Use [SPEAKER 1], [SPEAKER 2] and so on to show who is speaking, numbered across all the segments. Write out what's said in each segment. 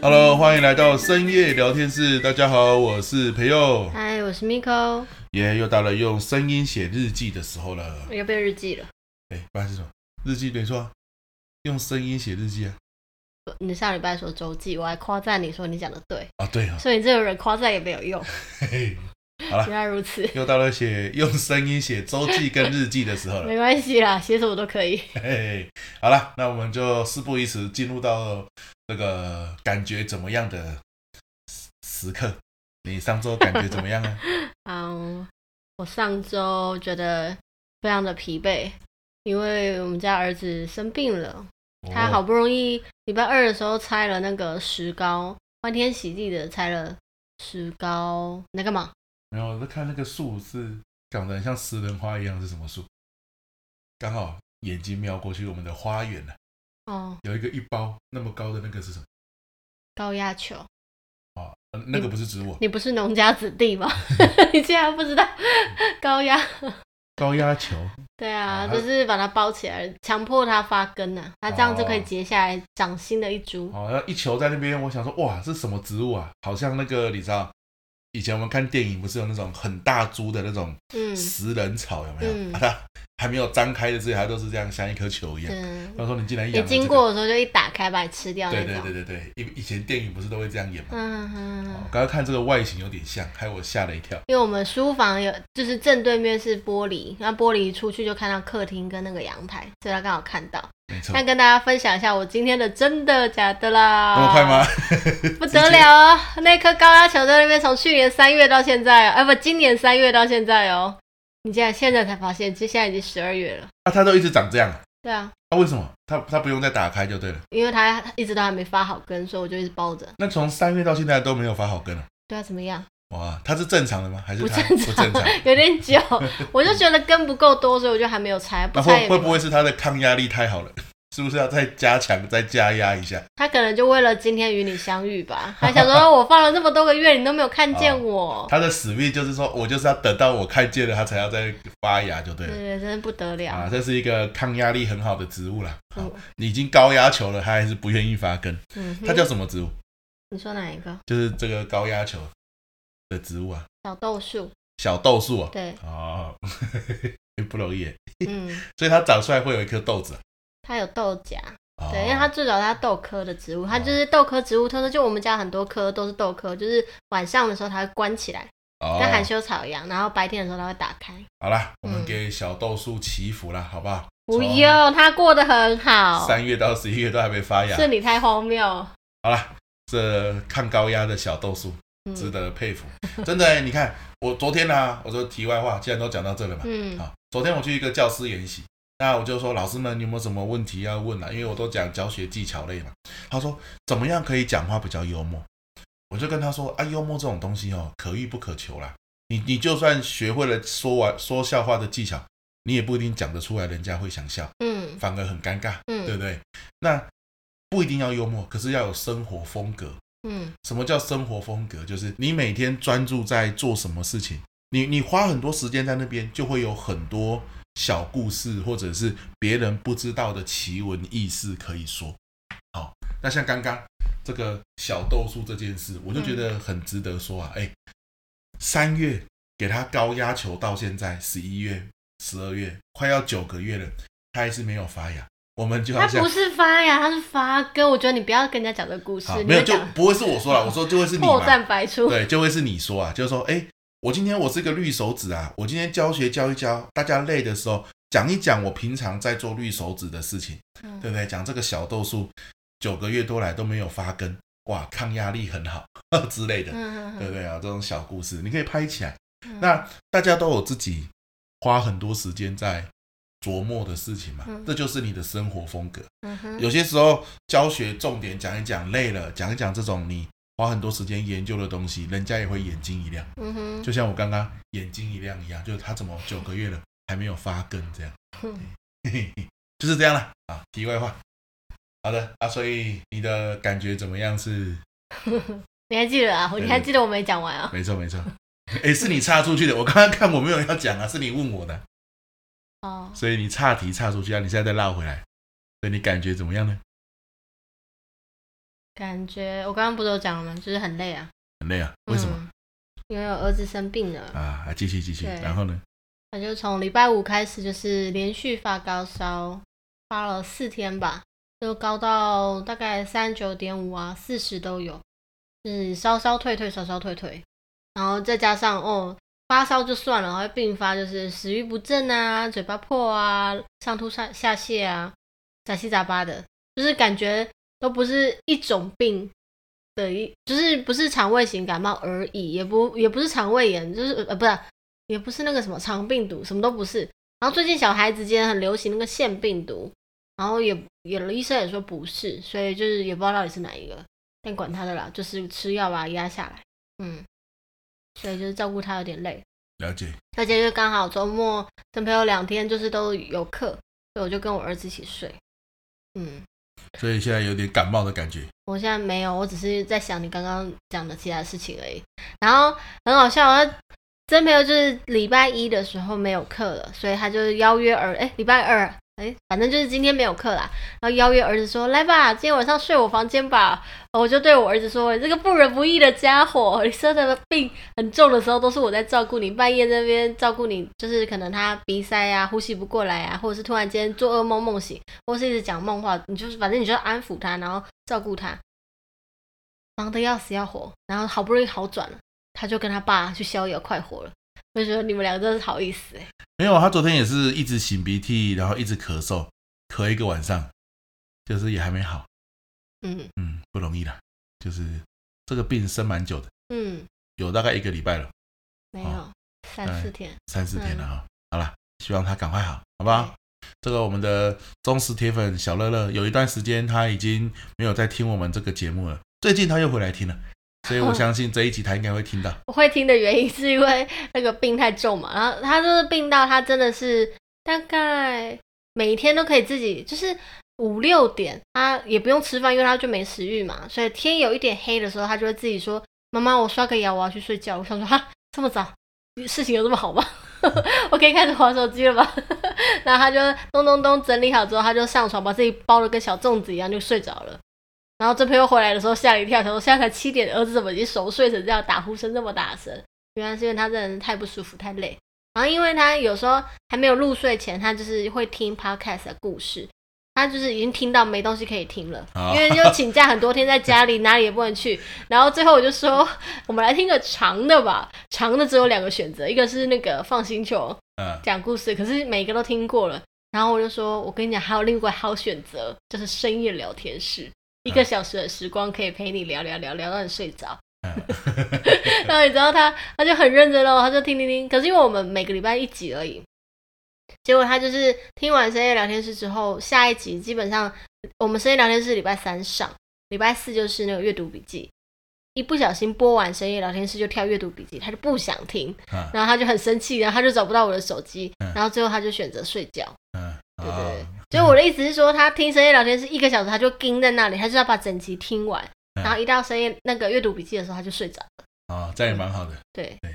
[SPEAKER 1] Hello，欢迎来到深夜聊天室。大家好，我是培佑，
[SPEAKER 2] 嗨，我是 Miko，
[SPEAKER 1] 耶、又到了用声音写日记的时候了。
[SPEAKER 2] 又变日记了。
[SPEAKER 1] 哎，不然是什么？日记没错啊，用声音写日记啊。
[SPEAKER 2] 你上礼拜说周记，我还夸赞你说你讲的对，
[SPEAKER 1] 啊，对啊，
[SPEAKER 2] 所以你这个人夸赞也没有用。
[SPEAKER 1] 嘿 嘿，
[SPEAKER 2] 原来如此，
[SPEAKER 1] 又到了写用声音写周记跟日记的时候了。
[SPEAKER 2] 没关系啦，写什么都可以。
[SPEAKER 1] 嘿嘿，好了，那我们就事不宜迟，进入到这个感觉怎么样的时时刻。你上周感觉怎么样啊？
[SPEAKER 2] 嗯，我上周觉得非常的疲惫，因为我们家儿子生病了， 他好
[SPEAKER 1] 哦，
[SPEAKER 2] 不容易礼拜二的时候拆了那个石膏，欢天喜地的拆了石膏，你在干嘛？
[SPEAKER 1] 没有，我在看那个树是长得很像食人花一样，是什么树？刚好眼睛瞄过去，我们的花园呢、
[SPEAKER 2] 哦，
[SPEAKER 1] 有一个一包那么高的那个是什么？
[SPEAKER 2] 高压球。
[SPEAKER 1] 啊，呃那个不是植物啊，
[SPEAKER 2] 你不是农家子弟吗？ 你竟然不知道高压？
[SPEAKER 1] 高压球。
[SPEAKER 2] 对啊，
[SPEAKER 1] 啊
[SPEAKER 2] 就是把它包起来，强迫它发根呐、啊，它这样就可以
[SPEAKER 1] 哦
[SPEAKER 2] 结下来长新的一株。
[SPEAKER 1] 好、像一球在那边，我想说，哇，是什么植物啊？好像那个你知道，以前我们看电影不是有那种很大株的那种
[SPEAKER 2] 嗯
[SPEAKER 1] 食人草有没有？
[SPEAKER 2] 嗯
[SPEAKER 1] 啊它还没有张开的之前，它都是这样像一颗球一样。
[SPEAKER 2] 嗯，
[SPEAKER 1] 他说你竟然
[SPEAKER 2] 你
[SPEAKER 1] 养了、这个
[SPEAKER 2] 经过的时候就一打开把你吃掉那
[SPEAKER 1] 对
[SPEAKER 2] 种。
[SPEAKER 1] 对对对对，以以前电影不是都会这样演吗？
[SPEAKER 2] 嗯嗯
[SPEAKER 1] 哦
[SPEAKER 2] 嗯，
[SPEAKER 1] 刚刚看这个外形有点像，害我吓了一跳。
[SPEAKER 2] 因为我们书房有，就是正对面是玻璃，那玻璃出去就看到客厅跟那个阳台，所以他刚好看到。
[SPEAKER 1] 没错，
[SPEAKER 2] 那跟大家分享一下我今天的真的假的啦。
[SPEAKER 1] 那么快吗？
[SPEAKER 2] 不得了哦！那颗高压球在那边从去年三月到现在哦，哎、不，今年三月到现在哦。你竟然现在才发现，其实现在已经十二月了。
[SPEAKER 1] 啊，它都一直长这样，
[SPEAKER 2] 对啊，
[SPEAKER 1] 那、为什么？它它不用再打开就对了。
[SPEAKER 2] 因为它一直都还没发好根，所以我就一直包着。
[SPEAKER 1] 那从三月到现在都没有发好根了，
[SPEAKER 2] 对啊，怎么样？
[SPEAKER 1] 哇，它是正常的吗？还是
[SPEAKER 2] 不
[SPEAKER 1] 它
[SPEAKER 2] 正
[SPEAKER 1] 不
[SPEAKER 2] 常，
[SPEAKER 1] 正 常？
[SPEAKER 2] 有点久，我就觉得根不够多，所以我就还没有拆，不
[SPEAKER 1] 那
[SPEAKER 2] 拆
[SPEAKER 1] 啊会
[SPEAKER 2] 也没
[SPEAKER 1] 会不会是它的抗压力太好了？ 是不是要再加强、再加压一下？
[SPEAKER 2] 他可能就为了今天与你相遇吧，他 想说我放了这么多个月，你都没有看
[SPEAKER 1] 啊
[SPEAKER 2] 见我。
[SPEAKER 1] 它的使命就是说，我就是要等到我看见了，它才要再发芽就对
[SPEAKER 2] 对
[SPEAKER 1] 了。
[SPEAKER 2] 对，真的不得了。
[SPEAKER 1] 啊，这是一个抗压力很好的植物啦。好
[SPEAKER 2] 嗯
[SPEAKER 1] 你已经高压球了，它还是不愿意发根。
[SPEAKER 2] 嗯哼，
[SPEAKER 1] 它叫什么植物？
[SPEAKER 2] 你说哪一个？
[SPEAKER 1] 就是这个高压球的植物啊，
[SPEAKER 2] 小豆树。
[SPEAKER 1] 小豆树啊。，
[SPEAKER 2] 对
[SPEAKER 1] 哦，不容易耶，
[SPEAKER 2] 嗯，
[SPEAKER 1] 所以它长出来会有一颗豆子啊。
[SPEAKER 2] 它有豆荚。
[SPEAKER 1] 哦
[SPEAKER 2] 对，因为它最早它豆科的植物，它就是豆科植物特色。就我们家很多科都是豆科，就是晚上的时候它会关起来，
[SPEAKER 1] 哦
[SPEAKER 2] 跟含羞草一样，然后白天的时候它会打开。
[SPEAKER 1] 好啦，我们
[SPEAKER 2] 嗯
[SPEAKER 1] 给小豆树祈福啦，好不好？
[SPEAKER 2] 不用，它过得很好，
[SPEAKER 1] 三月到十一月都还没发芽。
[SPEAKER 2] 是你太荒谬。
[SPEAKER 1] 好啦，这抗高压的小豆树值
[SPEAKER 2] 嗯
[SPEAKER 1] 得佩服，真的耶。你看，我昨天呢、啊我说题外话，既然都讲到这了嘛，
[SPEAKER 2] 嗯
[SPEAKER 1] 啊，昨天我去一个教师研习，那我就说老师们有没有什么问题要问啊？因为我都讲教学技巧类嘛。他说怎么样可以讲话比较幽默？我就跟他说啊，幽默这种东西哦，可遇不可求啦。你你就算学会了说完说笑话的技巧，你也不一定讲得出来，人家会想笑，
[SPEAKER 2] 嗯
[SPEAKER 1] 反而很尴尬，对不
[SPEAKER 2] 嗯
[SPEAKER 1] 对？那不一定要幽默，可是要有生活风格。
[SPEAKER 2] 嗯
[SPEAKER 1] 什么叫生活风格？就是你每天专注在做什么事情，你你花很多时间在那边，就会有很多小故事或者是别人不知道的奇闻异事可以说。好，那像刚刚这个小豆树这件事，我就觉得很值得说啊，哎、三月给他高压球到现在十一月、十二月，快要九个月了，他还是没有发芽。我们就好
[SPEAKER 2] 它
[SPEAKER 1] 像
[SPEAKER 2] 不是发芽，它是发根。我觉得你不要跟人家讲这个故事
[SPEAKER 1] 好，
[SPEAKER 2] 你
[SPEAKER 1] 没有
[SPEAKER 2] 会
[SPEAKER 1] 就
[SPEAKER 2] 讲
[SPEAKER 1] 不会是我说 了，我说就会是你
[SPEAKER 2] 破
[SPEAKER 1] 嘛。
[SPEAKER 2] 绽百出。
[SPEAKER 1] 对，就会是你说啊，就是说，哎，我今天我是个绿手指啊，我今天教学教一教，大家累的时候讲一讲我平常在做绿手指的事情，
[SPEAKER 2] 嗯
[SPEAKER 1] 对不对？讲这个小豆树九个月多来都没有发根，哇，抗压力很好 之类的，
[SPEAKER 2] 嗯
[SPEAKER 1] 对不对啊？这种小故事你可以拍起来。
[SPEAKER 2] 嗯
[SPEAKER 1] 那大家都有自己花很多时间在琢磨的事情嘛，
[SPEAKER 2] 嗯
[SPEAKER 1] 这就是你的生活风格。
[SPEAKER 2] 嗯哼
[SPEAKER 1] 有些时候教学重点讲一讲累了，讲一讲这种你花很多时间研究的东西，人家也会眼睛一亮。
[SPEAKER 2] 嗯哼
[SPEAKER 1] 就像我刚刚眼睛一亮一样，就是他怎么九个月了还没有发根这样，
[SPEAKER 2] 嗯
[SPEAKER 1] 嘿嘿嘿就是这样了啊。题外话，好的啊，所以你的感觉怎么样是？
[SPEAKER 2] 你还记得啊？
[SPEAKER 1] 对
[SPEAKER 2] 你还记得我没讲完啊？
[SPEAKER 1] 没错没 错，哎，是你岔出去的。我刚刚看我没有要讲啊，是你问我的，
[SPEAKER 2] 哦，
[SPEAKER 1] 所以你岔题岔出去啊，你现在再绕回来，所以你感觉怎么样呢？
[SPEAKER 2] 感觉我刚刚不都讲了吗？就是很累啊。
[SPEAKER 1] 很累啊，为什么、
[SPEAKER 2] 嗯因为我儿子生病了，
[SPEAKER 1] 啊？啊，继续继续，
[SPEAKER 2] 嗯对
[SPEAKER 1] 然后呢？
[SPEAKER 2] 他就从礼拜五开始就是连续发高烧，发了四天吧，就高到大概三九点五啊，四十都有，就是烧烧退退，烧烧退退，然后再加上哦发烧就算了，还会并发就是食欲不振啊，嘴巴破啊，上吐下下泻啊，杂七杂八的，就是感觉都不是一种病。的一就是不是肠胃型感冒而已，也不也不是肠胃炎，就是呃不是也不是那个什么肠病毒，什么都不是。然后最近小孩子间很流行那个腺病毒，然后也也医生也说不是，所以就是也不知道到底是哪一个，但管他的啦，就是吃药把它压下来。嗯，所以就是照顾他有点累，
[SPEAKER 1] 了解，
[SPEAKER 2] 而且就刚好周末跟朋友两天就是都有课，所以我就跟我儿子一起睡。嗯，
[SPEAKER 1] 所以现在有点感冒的感觉。
[SPEAKER 2] 我现在没有，我只是在想你刚刚讲的其他事情而已。然后很好笑，他真朋友就是礼拜一的时候没有课了，所以他就邀约儿，哎，礼拜二，哎，反正就是今天没有课啦。然后邀约儿子说：“来吧，今天晚上睡我房间吧。”哦我就对我儿子说：“你这个不仁不义的家伙，你生的病很重的时候都是我在照顾你，半夜那边照顾你，就是可能他鼻塞啊，呼吸不过来啊，或者是突然间做噩梦梦醒，或是一直讲梦话，你就是反正你就安抚他，然后照顾他。”忙得要死要活，然后好不容易好转了，他就跟他爸去逍遥快活了。我就觉得你们两个真是好意思哎、
[SPEAKER 1] 没有，啊他昨天也是一直擤鼻涕，然后一直咳嗽，咳一个晚上，就是也还没好。
[SPEAKER 2] 嗯
[SPEAKER 1] 嗯，不容易啦，就是这个病生蛮久的，
[SPEAKER 2] 嗯，
[SPEAKER 1] 有大概一个礼拜了，
[SPEAKER 2] 没有三四天，
[SPEAKER 1] 三四天了哈、好啦，希望他赶快好，好不好？这个我们的忠实铁粉小乐乐，有一段时间他已经没有在听我们这个节目了，最近他又回来听了，所以我相信这一集他应该会听到。
[SPEAKER 2] 我会听的原因是因为那个病太重嘛，然后他就是病到他真的是大概每天都可以自己就是五六点，他也不用吃饭，因为他就没食欲嘛，所以天有一点黑的时候，他就会自己说：“妈妈，我刷个牙，我要去睡觉。”我想说哈，这么早，事情有这么好吗？ 我可以开始划手机了吧？ 然后他就咚咚咚整理好之后，他就上床，把自己包的跟小粽子一样，就睡着了。然后这朋友回来的时候吓了一跳，想说现在才七点，儿子怎么已经熟睡成这样，打呼声这么大声？原来是因为他真的是太不舒服、太累。然后因为他有时候还没有入睡前，他就是会听 podcast 的故事，他就是已经听到没东西可以听了，
[SPEAKER 1] 啊
[SPEAKER 2] 因为就请假很多天，在家里 哪里也不能去。然后最后我就说，我们来听个长的吧，长的只有两个选择，一个是那个放星球，
[SPEAKER 1] 嗯，
[SPEAKER 2] 讲故事，可是每个都听过了。然后我就说，我跟你讲，还有另外好选择，就是深夜聊天室，一个小时的时光可以陪你聊聊聊聊到你睡着。然后你知道他，他就很认真哦，他就听听听。可是因为我们每个礼拜一集而已，结果他就是听完深夜聊天室之后，下一集基本上我们深夜聊天室礼拜三上，礼拜四就是那个阅读笔记。一不小心播完深夜聊天室就跳阅读笔记，他就不想听，
[SPEAKER 1] 嗯
[SPEAKER 2] 然后他就很生气，然后他就找不到我的手机
[SPEAKER 1] 嗯，
[SPEAKER 2] 然后最后他就选择睡觉。
[SPEAKER 1] 嗯，
[SPEAKER 2] 对对对
[SPEAKER 1] 啊，
[SPEAKER 2] 所以我的意思是说，他听深夜聊天是一个小时，他就盯在那里，他就要把整集听完，
[SPEAKER 1] 嗯
[SPEAKER 2] 然后一到深夜那个阅读笔记的时候，他就睡着了。
[SPEAKER 1] 啊，这样也蛮好的。
[SPEAKER 2] 对
[SPEAKER 1] 对，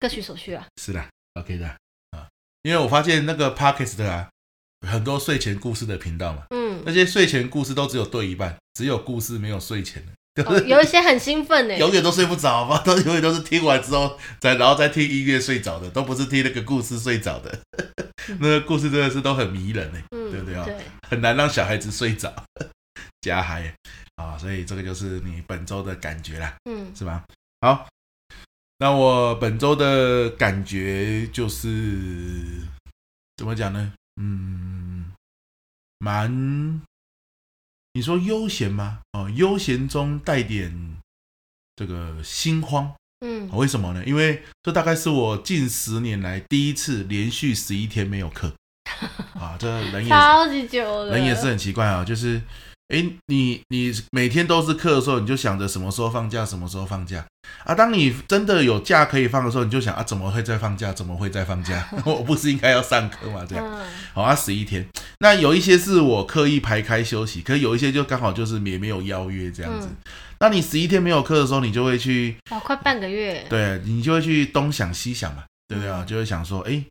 [SPEAKER 2] 各取所需啊。
[SPEAKER 1] 是啦，OK 的啊，因为我发现那个 Podcast 啊，很多睡前故事的频道嘛，
[SPEAKER 2] 嗯
[SPEAKER 1] 那，些睡前故事都只有对一半，只有故事没有睡前的，
[SPEAKER 2] 哦有一些很兴奋欸呢。
[SPEAKER 1] 永远都睡不着吧？都永远都是听完之后再然后再听音乐睡着的，都不是听那个故事睡着的。 那个故事真的是都很迷人呢，
[SPEAKER 2] 嗯，
[SPEAKER 1] 对不对啊
[SPEAKER 2] 对，
[SPEAKER 1] 很难让小孩子睡着， 加嗨啊！所以这个就是你本周的感觉啦。
[SPEAKER 2] 嗯
[SPEAKER 1] 是吧？好，那我本周的感觉就是怎么讲呢？嗯，蛮，你说悠闲吗？哦，悠闲中带点这个心慌，哦
[SPEAKER 2] 嗯
[SPEAKER 1] 为什么呢？因为这大概是我近十年来第一次连续十一天没有课啊，这人也是
[SPEAKER 2] 超级久了。
[SPEAKER 1] 人也是很奇怪啊、就是，哎，你你每天都是课的时候，你就想着什么时候放假，什么时候放假啊。当你真的有假可以放的时候，你就想啊，怎么会再放假？怎么会再放假？ 我不是应该要上课吗？这样，
[SPEAKER 2] 嗯
[SPEAKER 1] 好啊，十一天。那有一些是我刻意排开休息，可有一些就刚好就是也没有邀约这样子。
[SPEAKER 2] 嗯
[SPEAKER 1] 那你十一天没有课的时候，你就会去
[SPEAKER 2] 哇，快半个月。
[SPEAKER 1] 对你就会去东想西想嘛，对不对啊？
[SPEAKER 2] 嗯
[SPEAKER 1] 就会想说，哎，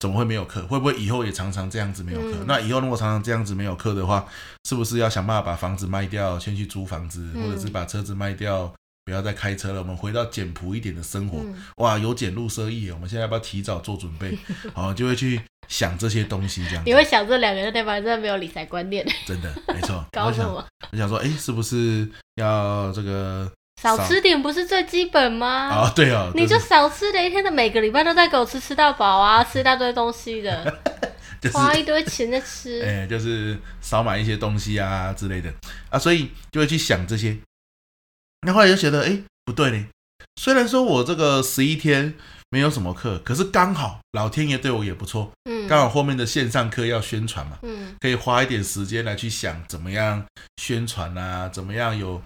[SPEAKER 1] 怎么会没有课？会不会以后也常常这样子没有课？
[SPEAKER 2] 嗯
[SPEAKER 1] 那以后如果常常这样子没有课的话，是不是要想办法把房子卖掉，先去租房子，
[SPEAKER 2] 嗯
[SPEAKER 1] 或者是把车子卖掉，不要再开车了？我们回到简朴一点的生活。
[SPEAKER 2] 嗯
[SPEAKER 1] 哇，由俭入奢易耶，我们现在要不要提早做准 备？好，就会去想这些东西，这样子
[SPEAKER 2] 你会想这两个人对吧？真的没有理财观念，
[SPEAKER 1] 真的没错。
[SPEAKER 2] 搞
[SPEAKER 1] 我
[SPEAKER 2] 什
[SPEAKER 1] 想，
[SPEAKER 2] 么？
[SPEAKER 1] 我想说，哎、是不是要这个
[SPEAKER 2] 少吃点不是最基本吗？
[SPEAKER 1] 啊、对哦，
[SPEAKER 2] 你就是少吃的一天的每个礼拜都在给我吃吃到饱啊，吃一大堆东西的，
[SPEAKER 1] 就是
[SPEAKER 2] 花一堆钱在吃。
[SPEAKER 1] 哎、就是少买一些东西啊之类的啊，所以就会去想这些。那后来就觉得，哎、不对呢。虽然说我这个十一天没有什么课，可是刚好老天爷对我也不错，
[SPEAKER 2] 嗯
[SPEAKER 1] 刚好后面的线上课要宣传嘛，
[SPEAKER 2] 嗯
[SPEAKER 1] 可以花一点时间来去想怎么样宣传啊，怎么样有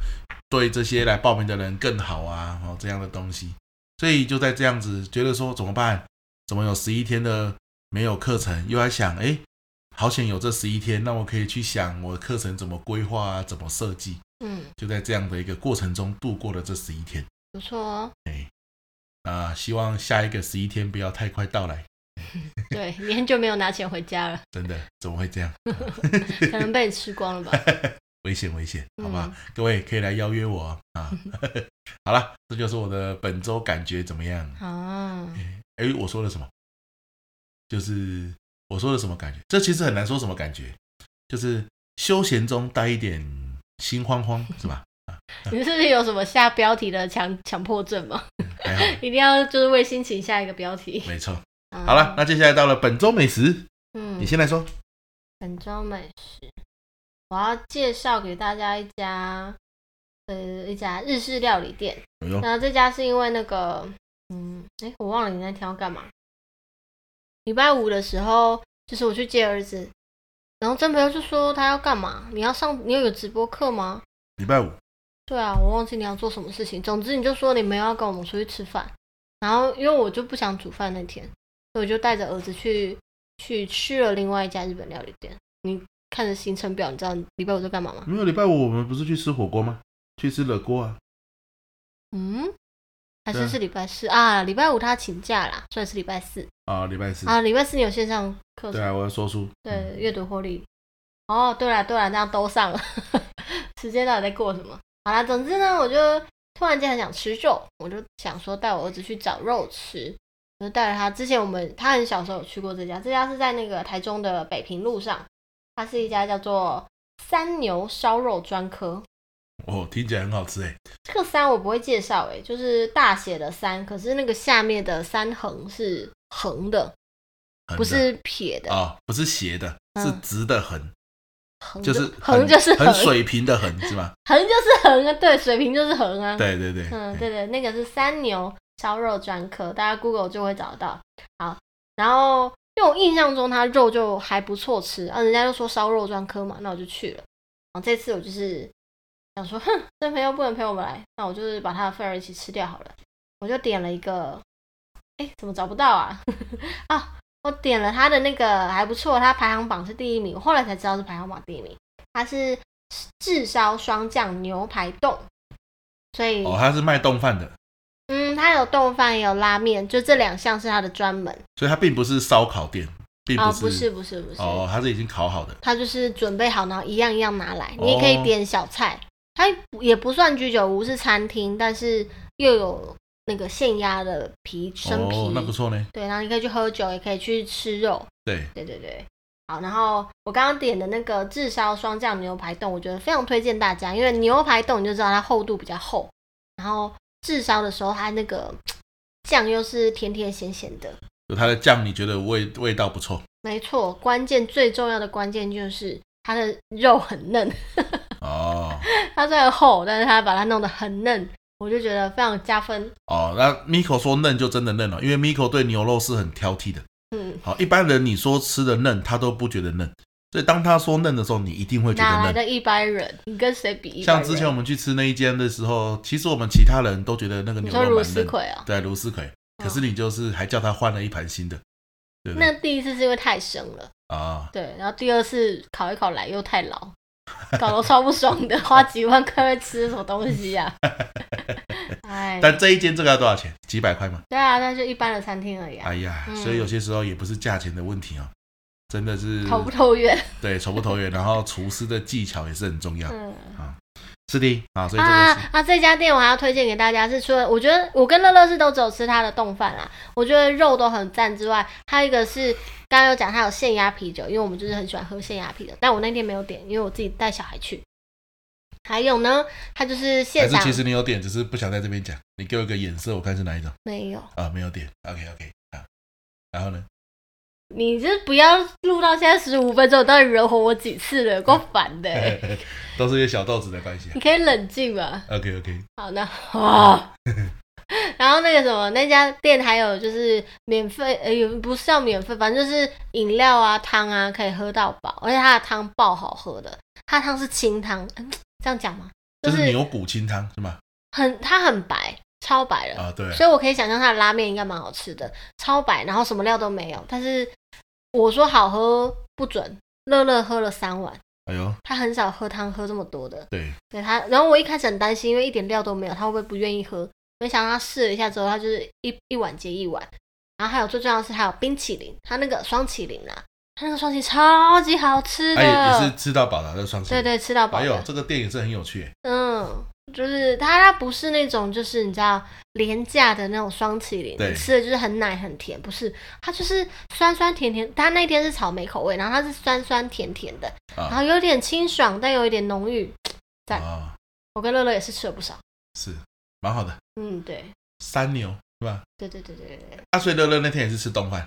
[SPEAKER 1] 对这些来报名的人更好啊，哦这样的东西。所以就在这样子，觉得说怎么办？怎么有十一天的没有课程？又在想，哎，好险有这十一天，那我可以去想我的课程怎么规划啊，怎么设计。
[SPEAKER 2] 嗯，
[SPEAKER 1] 就在这样的一个过程中度过了这十一天
[SPEAKER 2] 不错哦。
[SPEAKER 1] 啊、希望下一个十一天不要太快到来。
[SPEAKER 2] 对，你很久没有拿钱回家了，
[SPEAKER 1] 真的，怎么会这样？
[SPEAKER 2] 可能被你吃 光了吧？
[SPEAKER 1] 危险危险，好吧，
[SPEAKER 2] 嗯
[SPEAKER 1] 各位可以来邀约我哦 啊。 好了，这就是我的本周感觉怎么样？
[SPEAKER 2] 啊，
[SPEAKER 1] 哎、我说了什么？就是我说了什么感觉？这其实很难说什么感觉，就是休闲中带一点心慌慌，是 吧？
[SPEAKER 2] 你是不是有什么下标题的强强迫症吗？
[SPEAKER 1] 还好，
[SPEAKER 2] 一定要就是为心情下一个标题。
[SPEAKER 1] 没错。
[SPEAKER 2] 嗯
[SPEAKER 1] 好了，，那接下来到了本周美食，
[SPEAKER 2] 嗯
[SPEAKER 1] 你，先来说。
[SPEAKER 2] 本周美食，我要介绍给大家一家，呃，一家日式料理店。
[SPEAKER 1] 哎呦，
[SPEAKER 2] 然后这家是因为那个，嗯，哎，我忘了你那天要干嘛。礼拜五的时候，就是我去接儿子，然后真朋友就说他要干嘛？你要上，你有有直播课吗？
[SPEAKER 1] 礼拜五，
[SPEAKER 2] 对啊，我忘记你要做什么事情。总之你就说你没有要跟我们出去吃饭，然后因为我就不想煮饭那天，所以我就带着儿子去去吃了另外一家日本料理店。你看着行程表，你知道礼拜五在干嘛吗？
[SPEAKER 1] 没有礼拜五，我们不是去吃火锅吗？去吃了锅啊。
[SPEAKER 2] 嗯，还
[SPEAKER 1] 对
[SPEAKER 2] 是
[SPEAKER 1] 啊
[SPEAKER 2] 是礼拜四啊？礼拜五他请假啦，所以是礼拜四
[SPEAKER 1] 啊，礼拜四。
[SPEAKER 2] 啊。礼拜四你有线上课
[SPEAKER 1] 对
[SPEAKER 2] 程，
[SPEAKER 1] 啊，嗯我要说书。
[SPEAKER 2] 对阅读获利。哦，对了对了，这样都上了， 时间到底在过什么？好啦，总之呢，我就突然间很想吃肉，我就想说带我儿子去找肉吃，我就带着他。之前我们他很小时候有去过这家，这家是在那个台中的北平路上，它是一家叫做三牛烧肉专科。
[SPEAKER 1] 哦，听起来很好吃哎。
[SPEAKER 2] 这个三我不会介绍诶，就是大写的三，可是那个下面的三横是横的，
[SPEAKER 1] 很
[SPEAKER 2] 不
[SPEAKER 1] 的
[SPEAKER 2] 是撇的，
[SPEAKER 1] 哦，不是斜的，是
[SPEAKER 2] 嗯
[SPEAKER 1] 直的横，
[SPEAKER 2] 横
[SPEAKER 1] 就是
[SPEAKER 2] 横就是
[SPEAKER 1] 很
[SPEAKER 2] 横，
[SPEAKER 1] 水平的横，是吧？
[SPEAKER 2] 横就是横啊，对，水平就是横啊。，
[SPEAKER 1] 对对对，
[SPEAKER 2] 嗯，
[SPEAKER 1] 哎
[SPEAKER 2] 对对，那个是三牛烧肉专科，大家 Google 就会找到。好，然后因为我印象中它肉就还不错吃，啊，人家就说烧肉专科嘛，那我就去了。然后这次我就是想说，哼，这朋友不能陪我们来，那我就是把他的份儿一起吃掉好了。我就点了一个，哎，怎么找不到啊？ 啊，我点了他的那个还不错，他排行榜是第一名，我后来才知道是排行榜第一名，它是炙烧双酱牛排冻。所以
[SPEAKER 1] 哦，它是卖冻饭的，
[SPEAKER 2] 嗯，它有冻饭，也有拉面，就这两项是它的专门。
[SPEAKER 1] 所以它并不是烧烤店，并
[SPEAKER 2] 哦，
[SPEAKER 1] 是
[SPEAKER 2] 不是，不是，不是，
[SPEAKER 1] 哦，它是已经烤好的，
[SPEAKER 2] 它就是准备好，然后一样一样拿来。你也可
[SPEAKER 1] 哦
[SPEAKER 2] 以点小菜，它也不算居酒屋，是餐厅，但是又有那个现压的皮生皮，
[SPEAKER 1] 哦，那不错呢，
[SPEAKER 2] 对，然后你可以去喝酒，也可以去吃肉，
[SPEAKER 1] 对，
[SPEAKER 2] 对对对。好，然后我刚刚点的那个炙烧双酱牛排冻，我觉得非常推荐大家，因为牛排冻你就知道它厚度比较厚，然后炙烧的时候它那个酱又是甜甜咸咸的，
[SPEAKER 1] 就它的酱你觉得味味道不错，
[SPEAKER 2] 没错，关键最重要的关键就是它的肉很嫩，
[SPEAKER 1] 哦
[SPEAKER 2] 它虽然厚，但是它把它弄得很嫩，我就觉得非常加分。
[SPEAKER 1] 哦，那 Miko 说嫩就真的嫩了，因为 Miko 对牛肉是很挑剔的，
[SPEAKER 2] 嗯，
[SPEAKER 1] 好，一般人你说吃的嫩，他都不觉得嫩，所以当他说嫩的时候，你一定会觉
[SPEAKER 2] 哪
[SPEAKER 1] 得
[SPEAKER 2] 来
[SPEAKER 1] 嫩。
[SPEAKER 2] 的一般人？你跟谁比一般
[SPEAKER 1] 像
[SPEAKER 2] 人？
[SPEAKER 1] 之前我们去吃那一间的时候，其实我们其他人都觉得那个
[SPEAKER 2] 你
[SPEAKER 1] 牛
[SPEAKER 2] 说
[SPEAKER 1] 肉
[SPEAKER 2] 茹
[SPEAKER 1] 蛮
[SPEAKER 2] 丝
[SPEAKER 1] 嫩的，
[SPEAKER 2] 葵啊、
[SPEAKER 1] 对，卢思奎。可是你就是还叫他换了一盘新的，对不
[SPEAKER 2] 那
[SPEAKER 1] 对？
[SPEAKER 2] 第一次是因为太生了，
[SPEAKER 1] 啊，
[SPEAKER 2] 对，然后第二次烤一烤来又太老， 搞得我超不爽的，花几万块会吃什么东西呀、哎，
[SPEAKER 1] 但这一间这个要多少钱？几百块吗？
[SPEAKER 2] 对啊，那就一般的餐厅而已啊，
[SPEAKER 1] 哎呀，
[SPEAKER 2] 嗯
[SPEAKER 1] 所以有些时候也不是价钱的问题啊，真的是
[SPEAKER 2] 投不 投缘？
[SPEAKER 1] 对筹不投缘，然后厨师的技巧也是很重要。
[SPEAKER 2] 嗯。
[SPEAKER 1] 是的啊，所以这个
[SPEAKER 2] 啊
[SPEAKER 1] 是
[SPEAKER 2] 啊！这家店我还要推荐给大家，是除了我觉得我跟乐乐是都只有吃它的冻饭啦，我觉得肉都很赞之外，还有一个是刚刚有讲它有现压啤酒，因为我们就是很喜欢喝现压啤酒，但我那天没有点，因为我自己带小孩去。还有呢，它就是
[SPEAKER 1] 还
[SPEAKER 2] 现
[SPEAKER 1] 是
[SPEAKER 2] 场
[SPEAKER 1] 其实你有点，只是不想在这边讲。你给我一个眼色，我看是哪一种
[SPEAKER 2] 没有，
[SPEAKER 1] 啊？没有点，OK OK 啊。然后呢？
[SPEAKER 2] 你这不要录到现在十五分钟，你到底惹火我几次了，有够烦的、
[SPEAKER 1] 都是一些小豆子的关系、啊。
[SPEAKER 2] 你可以冷静吧。
[SPEAKER 1] OK OK，
[SPEAKER 2] 好， 那啊，然后那个什么，那家店还有就是免费，呃，也不是要免费，反正就是饮料啊、汤啊可以喝到饱，而且它的汤爆好喝的，它的汤是清汤，嗯这样讲吗？
[SPEAKER 1] 这
[SPEAKER 2] 就是是
[SPEAKER 1] 牛骨清汤是吗？
[SPEAKER 2] 很它很白，超白了，
[SPEAKER 1] 啊，对啊，
[SPEAKER 2] 所以我可以想象它的拉面应该蛮好吃的，超白，然后什么料都没有，但是我说好喝不准，乐乐喝了三碗，
[SPEAKER 1] 哎呦，
[SPEAKER 2] 他很少喝汤喝这么多的。
[SPEAKER 1] 对，
[SPEAKER 2] 对他，然后我一开始很担心，因为一点料都没有，他会不会不愿意喝？没想到他试了一下之后，他就是一一碗接一碗。然后还有最重要的是，还有冰淇淋，他那个双淇淋啊，他那个双淇淋超级好吃的，
[SPEAKER 1] 哎、也也是吃到饱的，这双手。
[SPEAKER 2] 对对，吃到饱
[SPEAKER 1] 哎呦，
[SPEAKER 2] 的。
[SPEAKER 1] 这个店也是很有趣耶。
[SPEAKER 2] 嗯，就是它它不是那种就是你知道廉价的那种双淇淋，
[SPEAKER 1] 对
[SPEAKER 2] 你吃的就是很奶很甜，不是，它就是酸酸甜甜。它那天是草莓口味，然后它是酸酸甜甜的，
[SPEAKER 1] 啊
[SPEAKER 2] 然后有点清爽，但有一点浓郁。赞
[SPEAKER 1] 啊，
[SPEAKER 2] 我跟乐乐也是吃了不少。
[SPEAKER 1] 是蛮好的，
[SPEAKER 2] 嗯，对。
[SPEAKER 1] 三牛是吧？
[SPEAKER 2] 对对对对对对。
[SPEAKER 1] 阿水乐乐那天也是吃冻饭，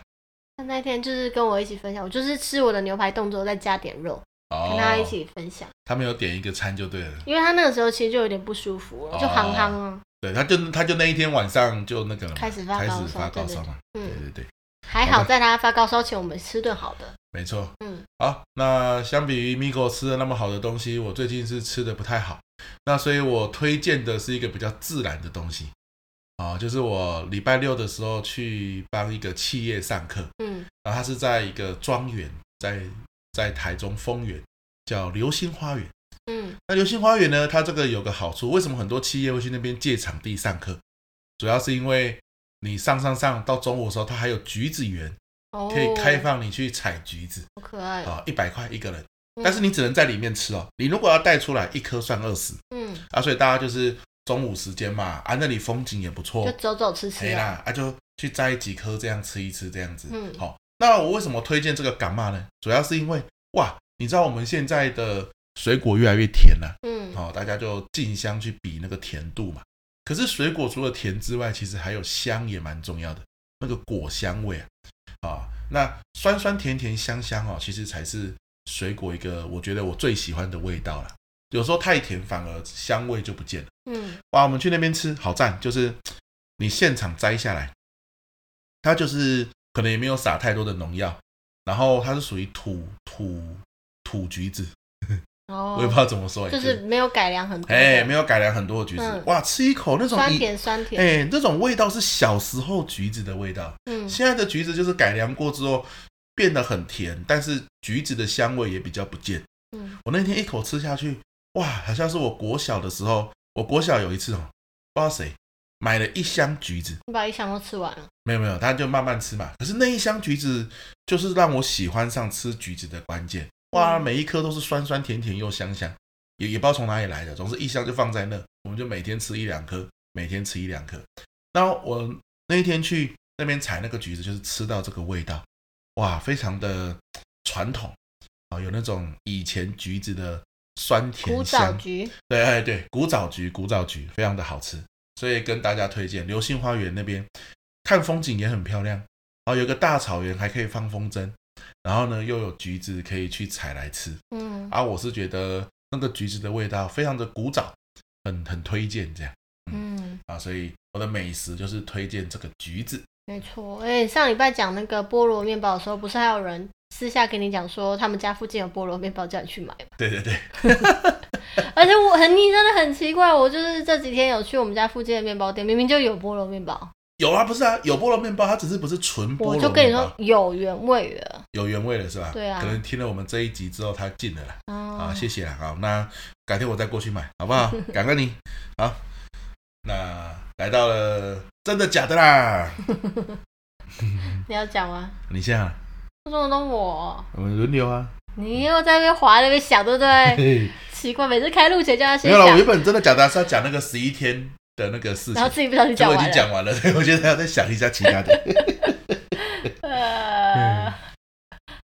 [SPEAKER 2] 他那天就是跟我一起分享，我就是吃我的牛排冻之后再加点肉，
[SPEAKER 1] 哦
[SPEAKER 2] 跟，他一起分享，
[SPEAKER 1] 他们有点一个餐就对了，
[SPEAKER 2] 因为他那个时候其实就有点不舒服
[SPEAKER 1] 哦
[SPEAKER 2] 了，就行行啊，
[SPEAKER 1] 对，他就他就那一天晚上就那个了嘛
[SPEAKER 2] 开始发
[SPEAKER 1] 开
[SPEAKER 2] 高
[SPEAKER 1] 始
[SPEAKER 2] 烧
[SPEAKER 1] 发高
[SPEAKER 2] 对对
[SPEAKER 1] 烧嘛，对
[SPEAKER 2] 嗯，
[SPEAKER 1] 对对，
[SPEAKER 2] 还好在他发高烧前我们吃顿好的，
[SPEAKER 1] 没错，
[SPEAKER 2] 嗯，
[SPEAKER 1] 好，那相比于 Miko 吃的那么好的东西，我最近是吃的不太好，那所以我推荐的是一个比较自然的东西。啊，就是我礼拜六的时候去帮一个企业上课，
[SPEAKER 2] 嗯
[SPEAKER 1] 然后它是在一个庄园，在在台中丰原叫流星花园。
[SPEAKER 2] 嗯
[SPEAKER 1] 那流星花园呢，它这个有个好处，为什么很多企业会去那边借场地上课？主要是因为你上上上到中午的时候，它还有橘子园，
[SPEAKER 2] 哦，
[SPEAKER 1] 可以开，放你去采橘子
[SPEAKER 2] 好可爱，
[SPEAKER 1] 啊，一百块一个人
[SPEAKER 2] 嗯。
[SPEAKER 1] 但是你只能在里面吃哦，你如果要带出来，一颗算二十
[SPEAKER 2] 嗯，
[SPEAKER 1] 啊，所以大家就是中午时间嘛，啊，那里风景也不错，
[SPEAKER 2] 就走走吃吃
[SPEAKER 1] 哎
[SPEAKER 2] 啊，
[SPEAKER 1] 啦，啊就去摘几颗这样吃一吃这样子。
[SPEAKER 2] 嗯
[SPEAKER 1] 好、那我为什么推荐这个干妈呢？主要是因为哇，你知道我们现在的水果越来越甜了、
[SPEAKER 2] 嗯，
[SPEAKER 1] 好、哦大家就竞相去比那个甜度嘛。可是水果除了甜之外，其实还有香也蛮重要的，那个果香味啊，啊、那酸酸甜甜香香哦，其实才是水果一个我觉得我最喜欢的味道啦。有时候太甜反而香味就不见了。
[SPEAKER 2] 嗯
[SPEAKER 1] 哇，我们去那边吃，好赞！就是你现场摘下来，它就是可能也没有撒太多的农药，然后它是属于土土土橘子，
[SPEAKER 2] 哦，
[SPEAKER 1] 我也不知道怎么说、欸，
[SPEAKER 2] 就是没有改良很多，
[SPEAKER 1] 哎，没有改良很多的橘子，
[SPEAKER 2] 嗯
[SPEAKER 1] 哇，吃一口那种
[SPEAKER 2] 酸
[SPEAKER 1] 以
[SPEAKER 2] 甜酸甜，
[SPEAKER 1] 哎，那种味道是小时候橘子的味道，
[SPEAKER 2] 嗯
[SPEAKER 1] 现在的橘子就是改良过之后变得很甜，但是橘子的香味也比较不见。
[SPEAKER 2] 嗯
[SPEAKER 1] 我那天一口吃下去，哇，好像是我国小的时候，我国小有一次哦，不知道谁买了一箱橘子，
[SPEAKER 2] 你把一箱都吃完了，
[SPEAKER 1] 没有没有，他就慢慢吃嘛。可是那一箱橘子就是让我喜欢上吃橘子的关键，哇，
[SPEAKER 2] 嗯
[SPEAKER 1] 每一颗都是酸酸甜甜又香香，也也不知道从哪里来的，总是一箱就放在那，我们就每天吃一两颗，每天吃一两颗。然后我那一天去那边采那个橘子，就是吃到这个味道，哇，非常的传统啊，有那种以前橘子的酸
[SPEAKER 2] 古
[SPEAKER 1] 甜
[SPEAKER 2] 早
[SPEAKER 1] 香，
[SPEAKER 2] 菊，
[SPEAKER 1] 对哎对，古早菊古早菊非常的好吃，所以跟大家推荐流星花园那边看风景也很漂亮，然后有个大草原还可以放风筝，然后呢又有橘子可以去采来吃，
[SPEAKER 2] 嗯，
[SPEAKER 1] 啊，我是觉得那个橘子的味道非常的古早，很很推荐这样
[SPEAKER 2] 嗯，
[SPEAKER 1] 啊，所以我的美食就是推荐这个橘子，
[SPEAKER 2] 没错。哎、上礼拜讲那个菠萝面包的时候，不是还有人私下跟你讲说他们家附近有菠萝面包，叫你去买 吗？
[SPEAKER 1] 对对对，
[SPEAKER 2] 而且我很，你真的很奇怪，我就是这几天有去我们家附近的面包店，明明就有菠萝面包，
[SPEAKER 1] 有啊，不是啊，有菠萝面包，它只是不是纯菠
[SPEAKER 2] 我
[SPEAKER 1] 萝
[SPEAKER 2] 就跟你
[SPEAKER 1] 面
[SPEAKER 2] 说
[SPEAKER 1] 包，
[SPEAKER 2] 有原味的。
[SPEAKER 1] 有原味的是吧？
[SPEAKER 2] 对啊
[SPEAKER 1] 可能听了我们这一集之后，他进了啦。啊，
[SPEAKER 2] 啊
[SPEAKER 1] 谢 谢啦，好，那改天我再过去买，好不好？感恩你，好，那来到了真的假的啦。
[SPEAKER 2] 你要讲吗？
[SPEAKER 1] 你先啊，
[SPEAKER 2] 为什么都我？
[SPEAKER 1] 我们轮流啊。
[SPEAKER 2] 你又在那边滑，在那边想，对不 对？
[SPEAKER 1] 嘿
[SPEAKER 2] 奇怪，每次开录前就要
[SPEAKER 1] 没
[SPEAKER 2] 哎先
[SPEAKER 1] 有了，我原
[SPEAKER 2] 想，
[SPEAKER 1] 本真的假的是要讲那个十一天的那个事
[SPEAKER 2] 然后
[SPEAKER 1] 情，
[SPEAKER 2] 自己不小
[SPEAKER 1] 结
[SPEAKER 2] 心讲
[SPEAKER 1] 果已经
[SPEAKER 2] 完了。
[SPEAKER 1] 讲完了， 所以我现在要再想一下其他 的。
[SPEAKER 2] 呃，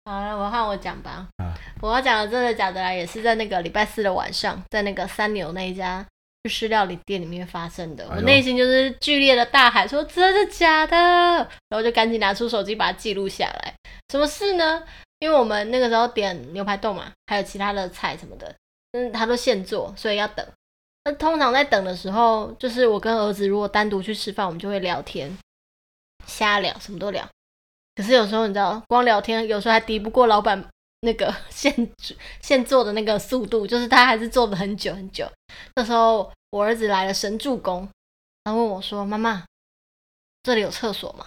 [SPEAKER 2] 好了，我换我讲吧。
[SPEAKER 1] 啊
[SPEAKER 2] 我要讲的真的假的啦，也是在那个礼拜四的晚上，在那个三牛那一家日式料理店里面发生的。
[SPEAKER 1] 哎
[SPEAKER 2] 我
[SPEAKER 1] 呦
[SPEAKER 2] 内心就是剧烈的大喊说：“真的假的？”然后就赶紧拿出手机把它记录下来。什么事呢？因为我们那个时候点牛排冻嘛，还有其他的菜什么的，嗯，他都现做，所以要等。那通常在等的时候，就是我跟儿子如果单独去吃饭，我们就会聊天，瞎聊，什么都聊。可是有时候你知道，光聊天有时候还敌不过老板那个 现煮现做的那个速度，就是他还是做的很久很久。那时候我儿子来了神助攻，他问我说：“妈妈，这里有厕所吗？”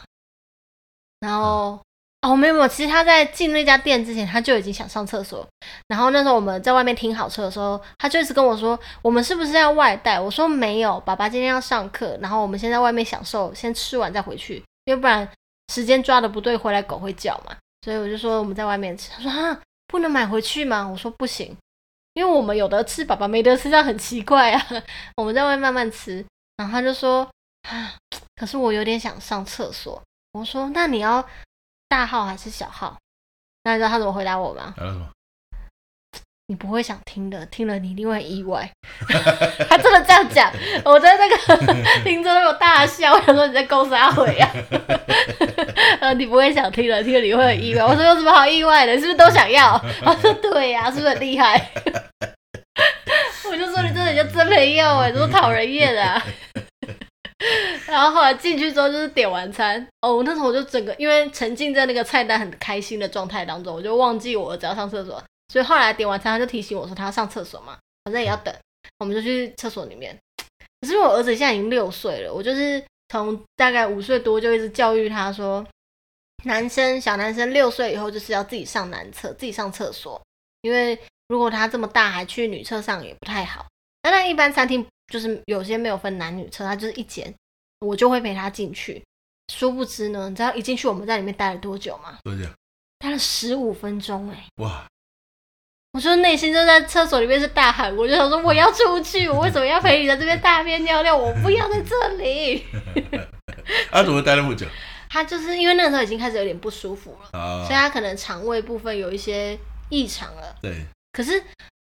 [SPEAKER 2] 然后、哦，没有没有，其实他在进那家店之前，他就已经想上厕所。然后那时候我们在外面停好车的时候，他就一直跟我说：“我们是不是要外带？”我说：“没有，爸爸今天要上课，然后我们先在外面享受，先吃完再回去，要不然时间抓的不对，回来狗会叫嘛。”所以我就说我们在外面吃。他说：“啊，不能买回去吗？”我说：“不行，因为我们有的吃，爸爸没得吃，这样很奇怪啊。 我们在外面慢慢吃。”然后他就说：“啊，可是我有点想上厕所。”我说：“那你要大号还是小号？”那你知道他怎么回答我吗？
[SPEAKER 1] 聊了什么？
[SPEAKER 2] 你不会想听的，听了你一定会很意外。 他真的这样讲，我在那个听着都有大笑，我想说你在勾啥鬼呀、啊？ 呃，你不会想听了，听了你会很意外。我说有什么好意外的？是不是都想要？ 他说对呀、是不是很厉害？ 我就说你真的就真没有哎、欸，多讨人厌 啊！ 然后后来进去之后就是点完餐，哦，我那时候我就整个因为沉浸在那个菜单很开心的状态当中，我就忘记我只要上厕所，所以后来点完餐，他就提醒我说他要上厕所嘛，反正也要等，我们就去厕所里面。可是我儿子现在已经六岁了，我就是从大概五岁多就一直教育他说，男生小男生六岁以后就是要自己上男厕，自己上厕所，因为如果他这么大还去女厕上也不太好。当然，一般餐厅就是有些没有分男女厕，它就是一间，我就会陪他进去。殊不知呢，你知道一进去我们在里面待了多久吗？
[SPEAKER 1] 多久？
[SPEAKER 2] 待了十五分钟哎、
[SPEAKER 1] 哇，
[SPEAKER 2] 我就内心就在厕所里面是大喊，我就想说我要出去，我为什么要陪你在这边大便尿尿？我不要在这里。
[SPEAKER 1] 啊，怎么待那么久？
[SPEAKER 2] 他就是因为那个时候已经开始有点不舒服了，
[SPEAKER 1] 啊
[SPEAKER 2] 所以，他可能肠胃部分有一些异常了。
[SPEAKER 1] 对，
[SPEAKER 2] 可是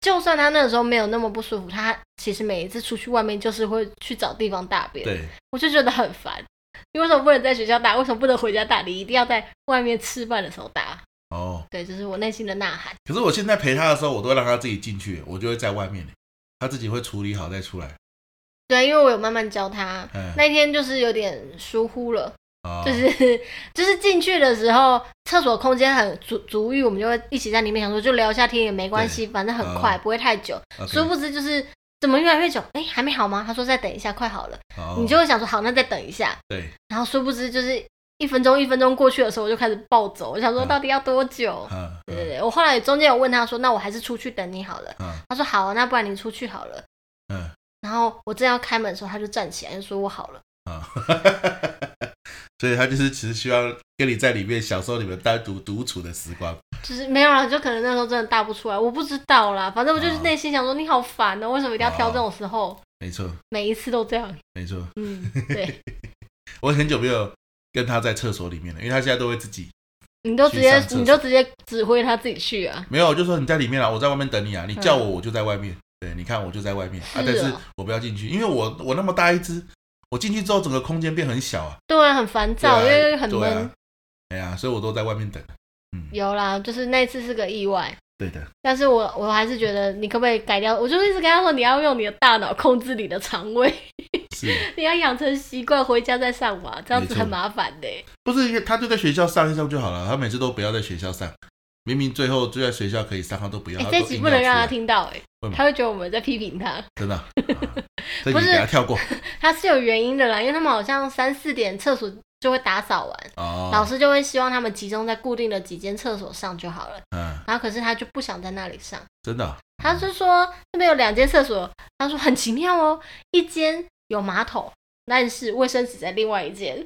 [SPEAKER 2] 就算他那个时候没有那么不舒服，他其实每一次出去外面就是会去找地方大便，
[SPEAKER 1] 对，
[SPEAKER 2] 我就觉得很烦。你为什么不能在学校大？为什么不能回家大？你一定要在外面吃饭的时候大。
[SPEAKER 1] 哦。
[SPEAKER 2] 对，这、是我内心的呐喊。
[SPEAKER 1] 可是我现在陪他的时候，我都会让他自己进去，我就会在外面，他自己会处理好再出来。
[SPEAKER 2] 对，因为我有慢慢教他，
[SPEAKER 1] 嗯，
[SPEAKER 2] 那一天就是有点疏忽了。
[SPEAKER 1] 哦
[SPEAKER 2] 就是 就是进去的时候，厕所空间很足足裕，我们就会一起在里面想说就聊一下天也没关系，反正很快，
[SPEAKER 1] 嗯
[SPEAKER 2] 不会太久。
[SPEAKER 1] OK，
[SPEAKER 2] 殊不知就是怎么越来越久，哎、还没好吗？他说再等一下，快好了，
[SPEAKER 1] 哦
[SPEAKER 2] 你就会想说好，那再等一下。
[SPEAKER 1] 对
[SPEAKER 2] 然后殊不知就是一分钟一分钟过去的时候，我就开始暴走，我想说
[SPEAKER 1] 嗯
[SPEAKER 2] 到底要多久？
[SPEAKER 1] 啊
[SPEAKER 2] 对对对，我后来中间有问他说，那我还是出去等你好了。
[SPEAKER 1] 啊
[SPEAKER 2] 他说好啊，那不然你出去好了。
[SPEAKER 1] 嗯
[SPEAKER 2] 然后我正要开门的时候，他就站起来就说我好了。
[SPEAKER 1] 啊，嗯 所以他就是只是需要跟你在里面享受你们单独独处的时光。
[SPEAKER 2] 就是没有啦，就可能那时候真的大不出来，我不知道啦。反正我就是
[SPEAKER 1] 啊
[SPEAKER 2] 内心想说，你好烦哦、为什么一定要挑这种时候？
[SPEAKER 1] 没错，
[SPEAKER 2] 每一次都这样，
[SPEAKER 1] 没错，
[SPEAKER 2] 嗯，对，
[SPEAKER 1] 我很久没有跟他在厕所里面了，因为他现在都会自己
[SPEAKER 2] 你都直接
[SPEAKER 1] 去上厕所
[SPEAKER 2] 你就直接指挥他自己去啊。
[SPEAKER 1] 没有，我就说你在里面啊，我在外面等你啊，你叫我
[SPEAKER 2] 嗯
[SPEAKER 1] 我就在外面。对，你看我就在外面
[SPEAKER 2] 是
[SPEAKER 1] 啊
[SPEAKER 2] 哦，
[SPEAKER 1] 但是我不要进去，因为我我那么大一只，我进去之后整个空间变很小啊，
[SPEAKER 2] 对啊，很烦
[SPEAKER 1] 对
[SPEAKER 2] 躁，
[SPEAKER 1] 啊
[SPEAKER 2] 因为很
[SPEAKER 1] 对
[SPEAKER 2] 闷。
[SPEAKER 1] 啊哎呀、所以我都在外面等。嗯
[SPEAKER 2] 有啦，就是那一次是个意外，
[SPEAKER 1] 对的，
[SPEAKER 2] 但是我我还是觉得你可不可以改掉？我就一直跟他说，你要用你的大脑控制你的肠胃，
[SPEAKER 1] 是
[SPEAKER 2] 你要养成习惯，回家再上嘛，这样子
[SPEAKER 1] 没错
[SPEAKER 2] 很麻烦的、
[SPEAKER 1] 不是因为他就在学校上一上就好了？他每次都不要在学校上，明明最后就在学校可以上，他都不要。
[SPEAKER 2] 哎、
[SPEAKER 1] 他
[SPEAKER 2] 这
[SPEAKER 1] 都
[SPEAKER 2] 集
[SPEAKER 1] 啊硬
[SPEAKER 2] 不能
[SPEAKER 1] 要
[SPEAKER 2] 让
[SPEAKER 1] 出
[SPEAKER 2] 他
[SPEAKER 1] 来，
[SPEAKER 2] 听到、哎
[SPEAKER 1] 为什，么
[SPEAKER 2] 他会觉得我们在批评他。
[SPEAKER 1] 真的啊、啊这
[SPEAKER 2] 不
[SPEAKER 1] 集
[SPEAKER 2] 是
[SPEAKER 1] 给他跳过
[SPEAKER 2] 他是有原因的啦，因为他们好像三四点厕所就会打扫完，
[SPEAKER 1] 哦。
[SPEAKER 2] 老师就会希望他们集中在固定的几间厕所上就好了。
[SPEAKER 1] 嗯，
[SPEAKER 2] 然后可是他就不想在那里上，
[SPEAKER 1] 真的啊、
[SPEAKER 2] 他就说那边有两间厕所，他说很奇妙哦，一间有马桶，但是卫生纸在另外一间。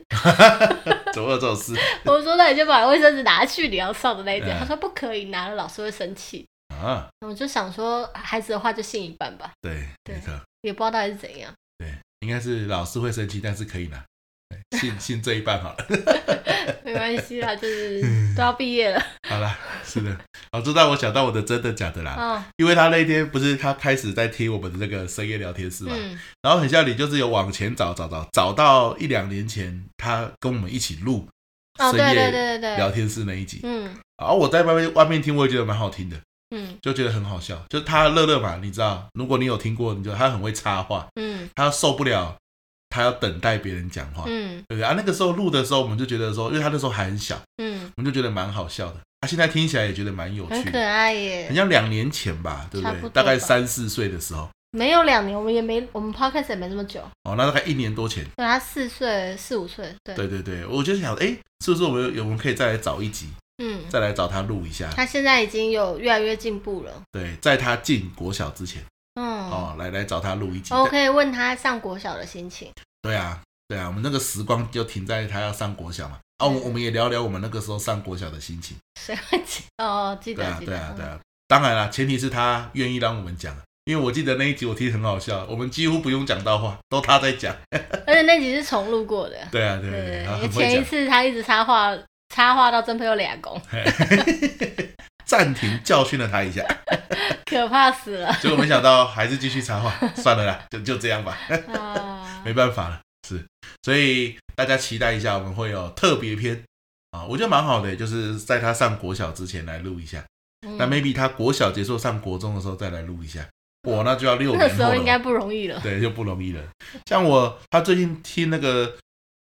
[SPEAKER 1] 怎么会有这种事
[SPEAKER 2] 我说那你就把卫生纸拿去你要上的那一间。
[SPEAKER 1] 嗯
[SPEAKER 2] 他说不可以拿了，老师会生气。
[SPEAKER 1] 啊？
[SPEAKER 2] 我就想说，孩子的话就信一半吧，
[SPEAKER 1] 对，
[SPEAKER 2] 对
[SPEAKER 1] 没错，
[SPEAKER 2] 也不知道到底是 怎样。
[SPEAKER 1] 对，应该是老师会生气，但是可以拿，对 信信这一半好了。
[SPEAKER 2] 没关系啦，就是
[SPEAKER 1] 嗯
[SPEAKER 2] 都要 毕业了。
[SPEAKER 1] 好啦，是的，好，这让我想到我的真的假的啦，
[SPEAKER 2] 嗯
[SPEAKER 1] 因为他那一天不是他开始在听我们的这个深夜聊天室嘛，
[SPEAKER 2] 嗯
[SPEAKER 1] 然后很像你就是有往前找找找，找到一两年前他跟我们一起录深
[SPEAKER 2] 哦，对对
[SPEAKER 1] 夜
[SPEAKER 2] 对对
[SPEAKER 1] 聊
[SPEAKER 2] 对，
[SPEAKER 1] 天室那一集，
[SPEAKER 2] 嗯
[SPEAKER 1] 然后我在外面外面听，我也觉得蛮好听的，
[SPEAKER 2] 嗯
[SPEAKER 1] 就觉得很好笑，就是他乐乐嘛，你知道，如果你有听过，你就他很会插话，
[SPEAKER 2] 嗯
[SPEAKER 1] 他受不了，他要等待别人讲话。
[SPEAKER 2] 嗯
[SPEAKER 1] 对不对啊，那个时候录的时候，我们就觉得说，因为他那时候还很小，
[SPEAKER 2] 嗯，
[SPEAKER 1] 我们就觉得蛮好笑的。他、现在听起来也觉得蛮有
[SPEAKER 2] 很
[SPEAKER 1] 趣哎
[SPEAKER 2] 可
[SPEAKER 1] 的，
[SPEAKER 2] 爱
[SPEAKER 1] 很
[SPEAKER 2] 耶。
[SPEAKER 1] 像两年前吧，对不
[SPEAKER 2] 差
[SPEAKER 1] 对？
[SPEAKER 2] 不多吧
[SPEAKER 1] 大概三四岁的时候，
[SPEAKER 2] 没有两年，我们也没我们 podcast 也没这么久，
[SPEAKER 1] 哦，那大概一年多前。
[SPEAKER 2] 对他四岁四五岁，对，
[SPEAKER 1] 对对对，我就想，哎，是不是我们有我们可以再来找一集，
[SPEAKER 2] 嗯，
[SPEAKER 1] 再来找他录一下？
[SPEAKER 2] 他现在已经有越来越进步了。
[SPEAKER 1] 对，在他进国小之前，
[SPEAKER 2] 嗯
[SPEAKER 1] 哦，来来找他录一集。
[SPEAKER 2] 我可以问他上国小的心情。
[SPEAKER 1] 对啊，对啊，我们那个时光就停在他要上国小嘛。啊，我们
[SPEAKER 2] 嗯
[SPEAKER 1] 我们也聊聊我们那个时候上国小的心情。
[SPEAKER 2] 谁会记？哦，记
[SPEAKER 1] 对
[SPEAKER 2] 得
[SPEAKER 1] 啊，
[SPEAKER 2] 记得。
[SPEAKER 1] 对啊，对啊。当然啦，前提是他愿意让我们讲，因为我记得那一集我听很好笑，我们几乎不用讲到话，都他在 讲。
[SPEAKER 2] 嗯而且那集是重录过的。
[SPEAKER 1] 对啊啊，对啊对
[SPEAKER 2] 对
[SPEAKER 1] 啊，他，
[SPEAKER 2] 因为
[SPEAKER 1] 很
[SPEAKER 2] 前一
[SPEAKER 1] 会
[SPEAKER 2] 次他一直插话，插话到真朋友俩公，
[SPEAKER 1] 讲。 暂停教训了他一下，
[SPEAKER 2] 可怕 死了
[SPEAKER 1] 结果没想到还是继续插话，算了啦，就就这样吧，
[SPEAKER 2] 啊！
[SPEAKER 1] 没办法了，是，所以大家期待一下，我们会有特别篇啊，我觉得蛮好的，就是在他上国小之前来录一下，
[SPEAKER 2] 嗯
[SPEAKER 1] 那 maybe 他国小结束上国中的时候再来录一下，我那就要六
[SPEAKER 2] 那
[SPEAKER 1] 年
[SPEAKER 2] 个
[SPEAKER 1] 后
[SPEAKER 2] 时候
[SPEAKER 1] 了
[SPEAKER 2] 应该不容易了。
[SPEAKER 1] 对，就不容易了。像我，他最近听那个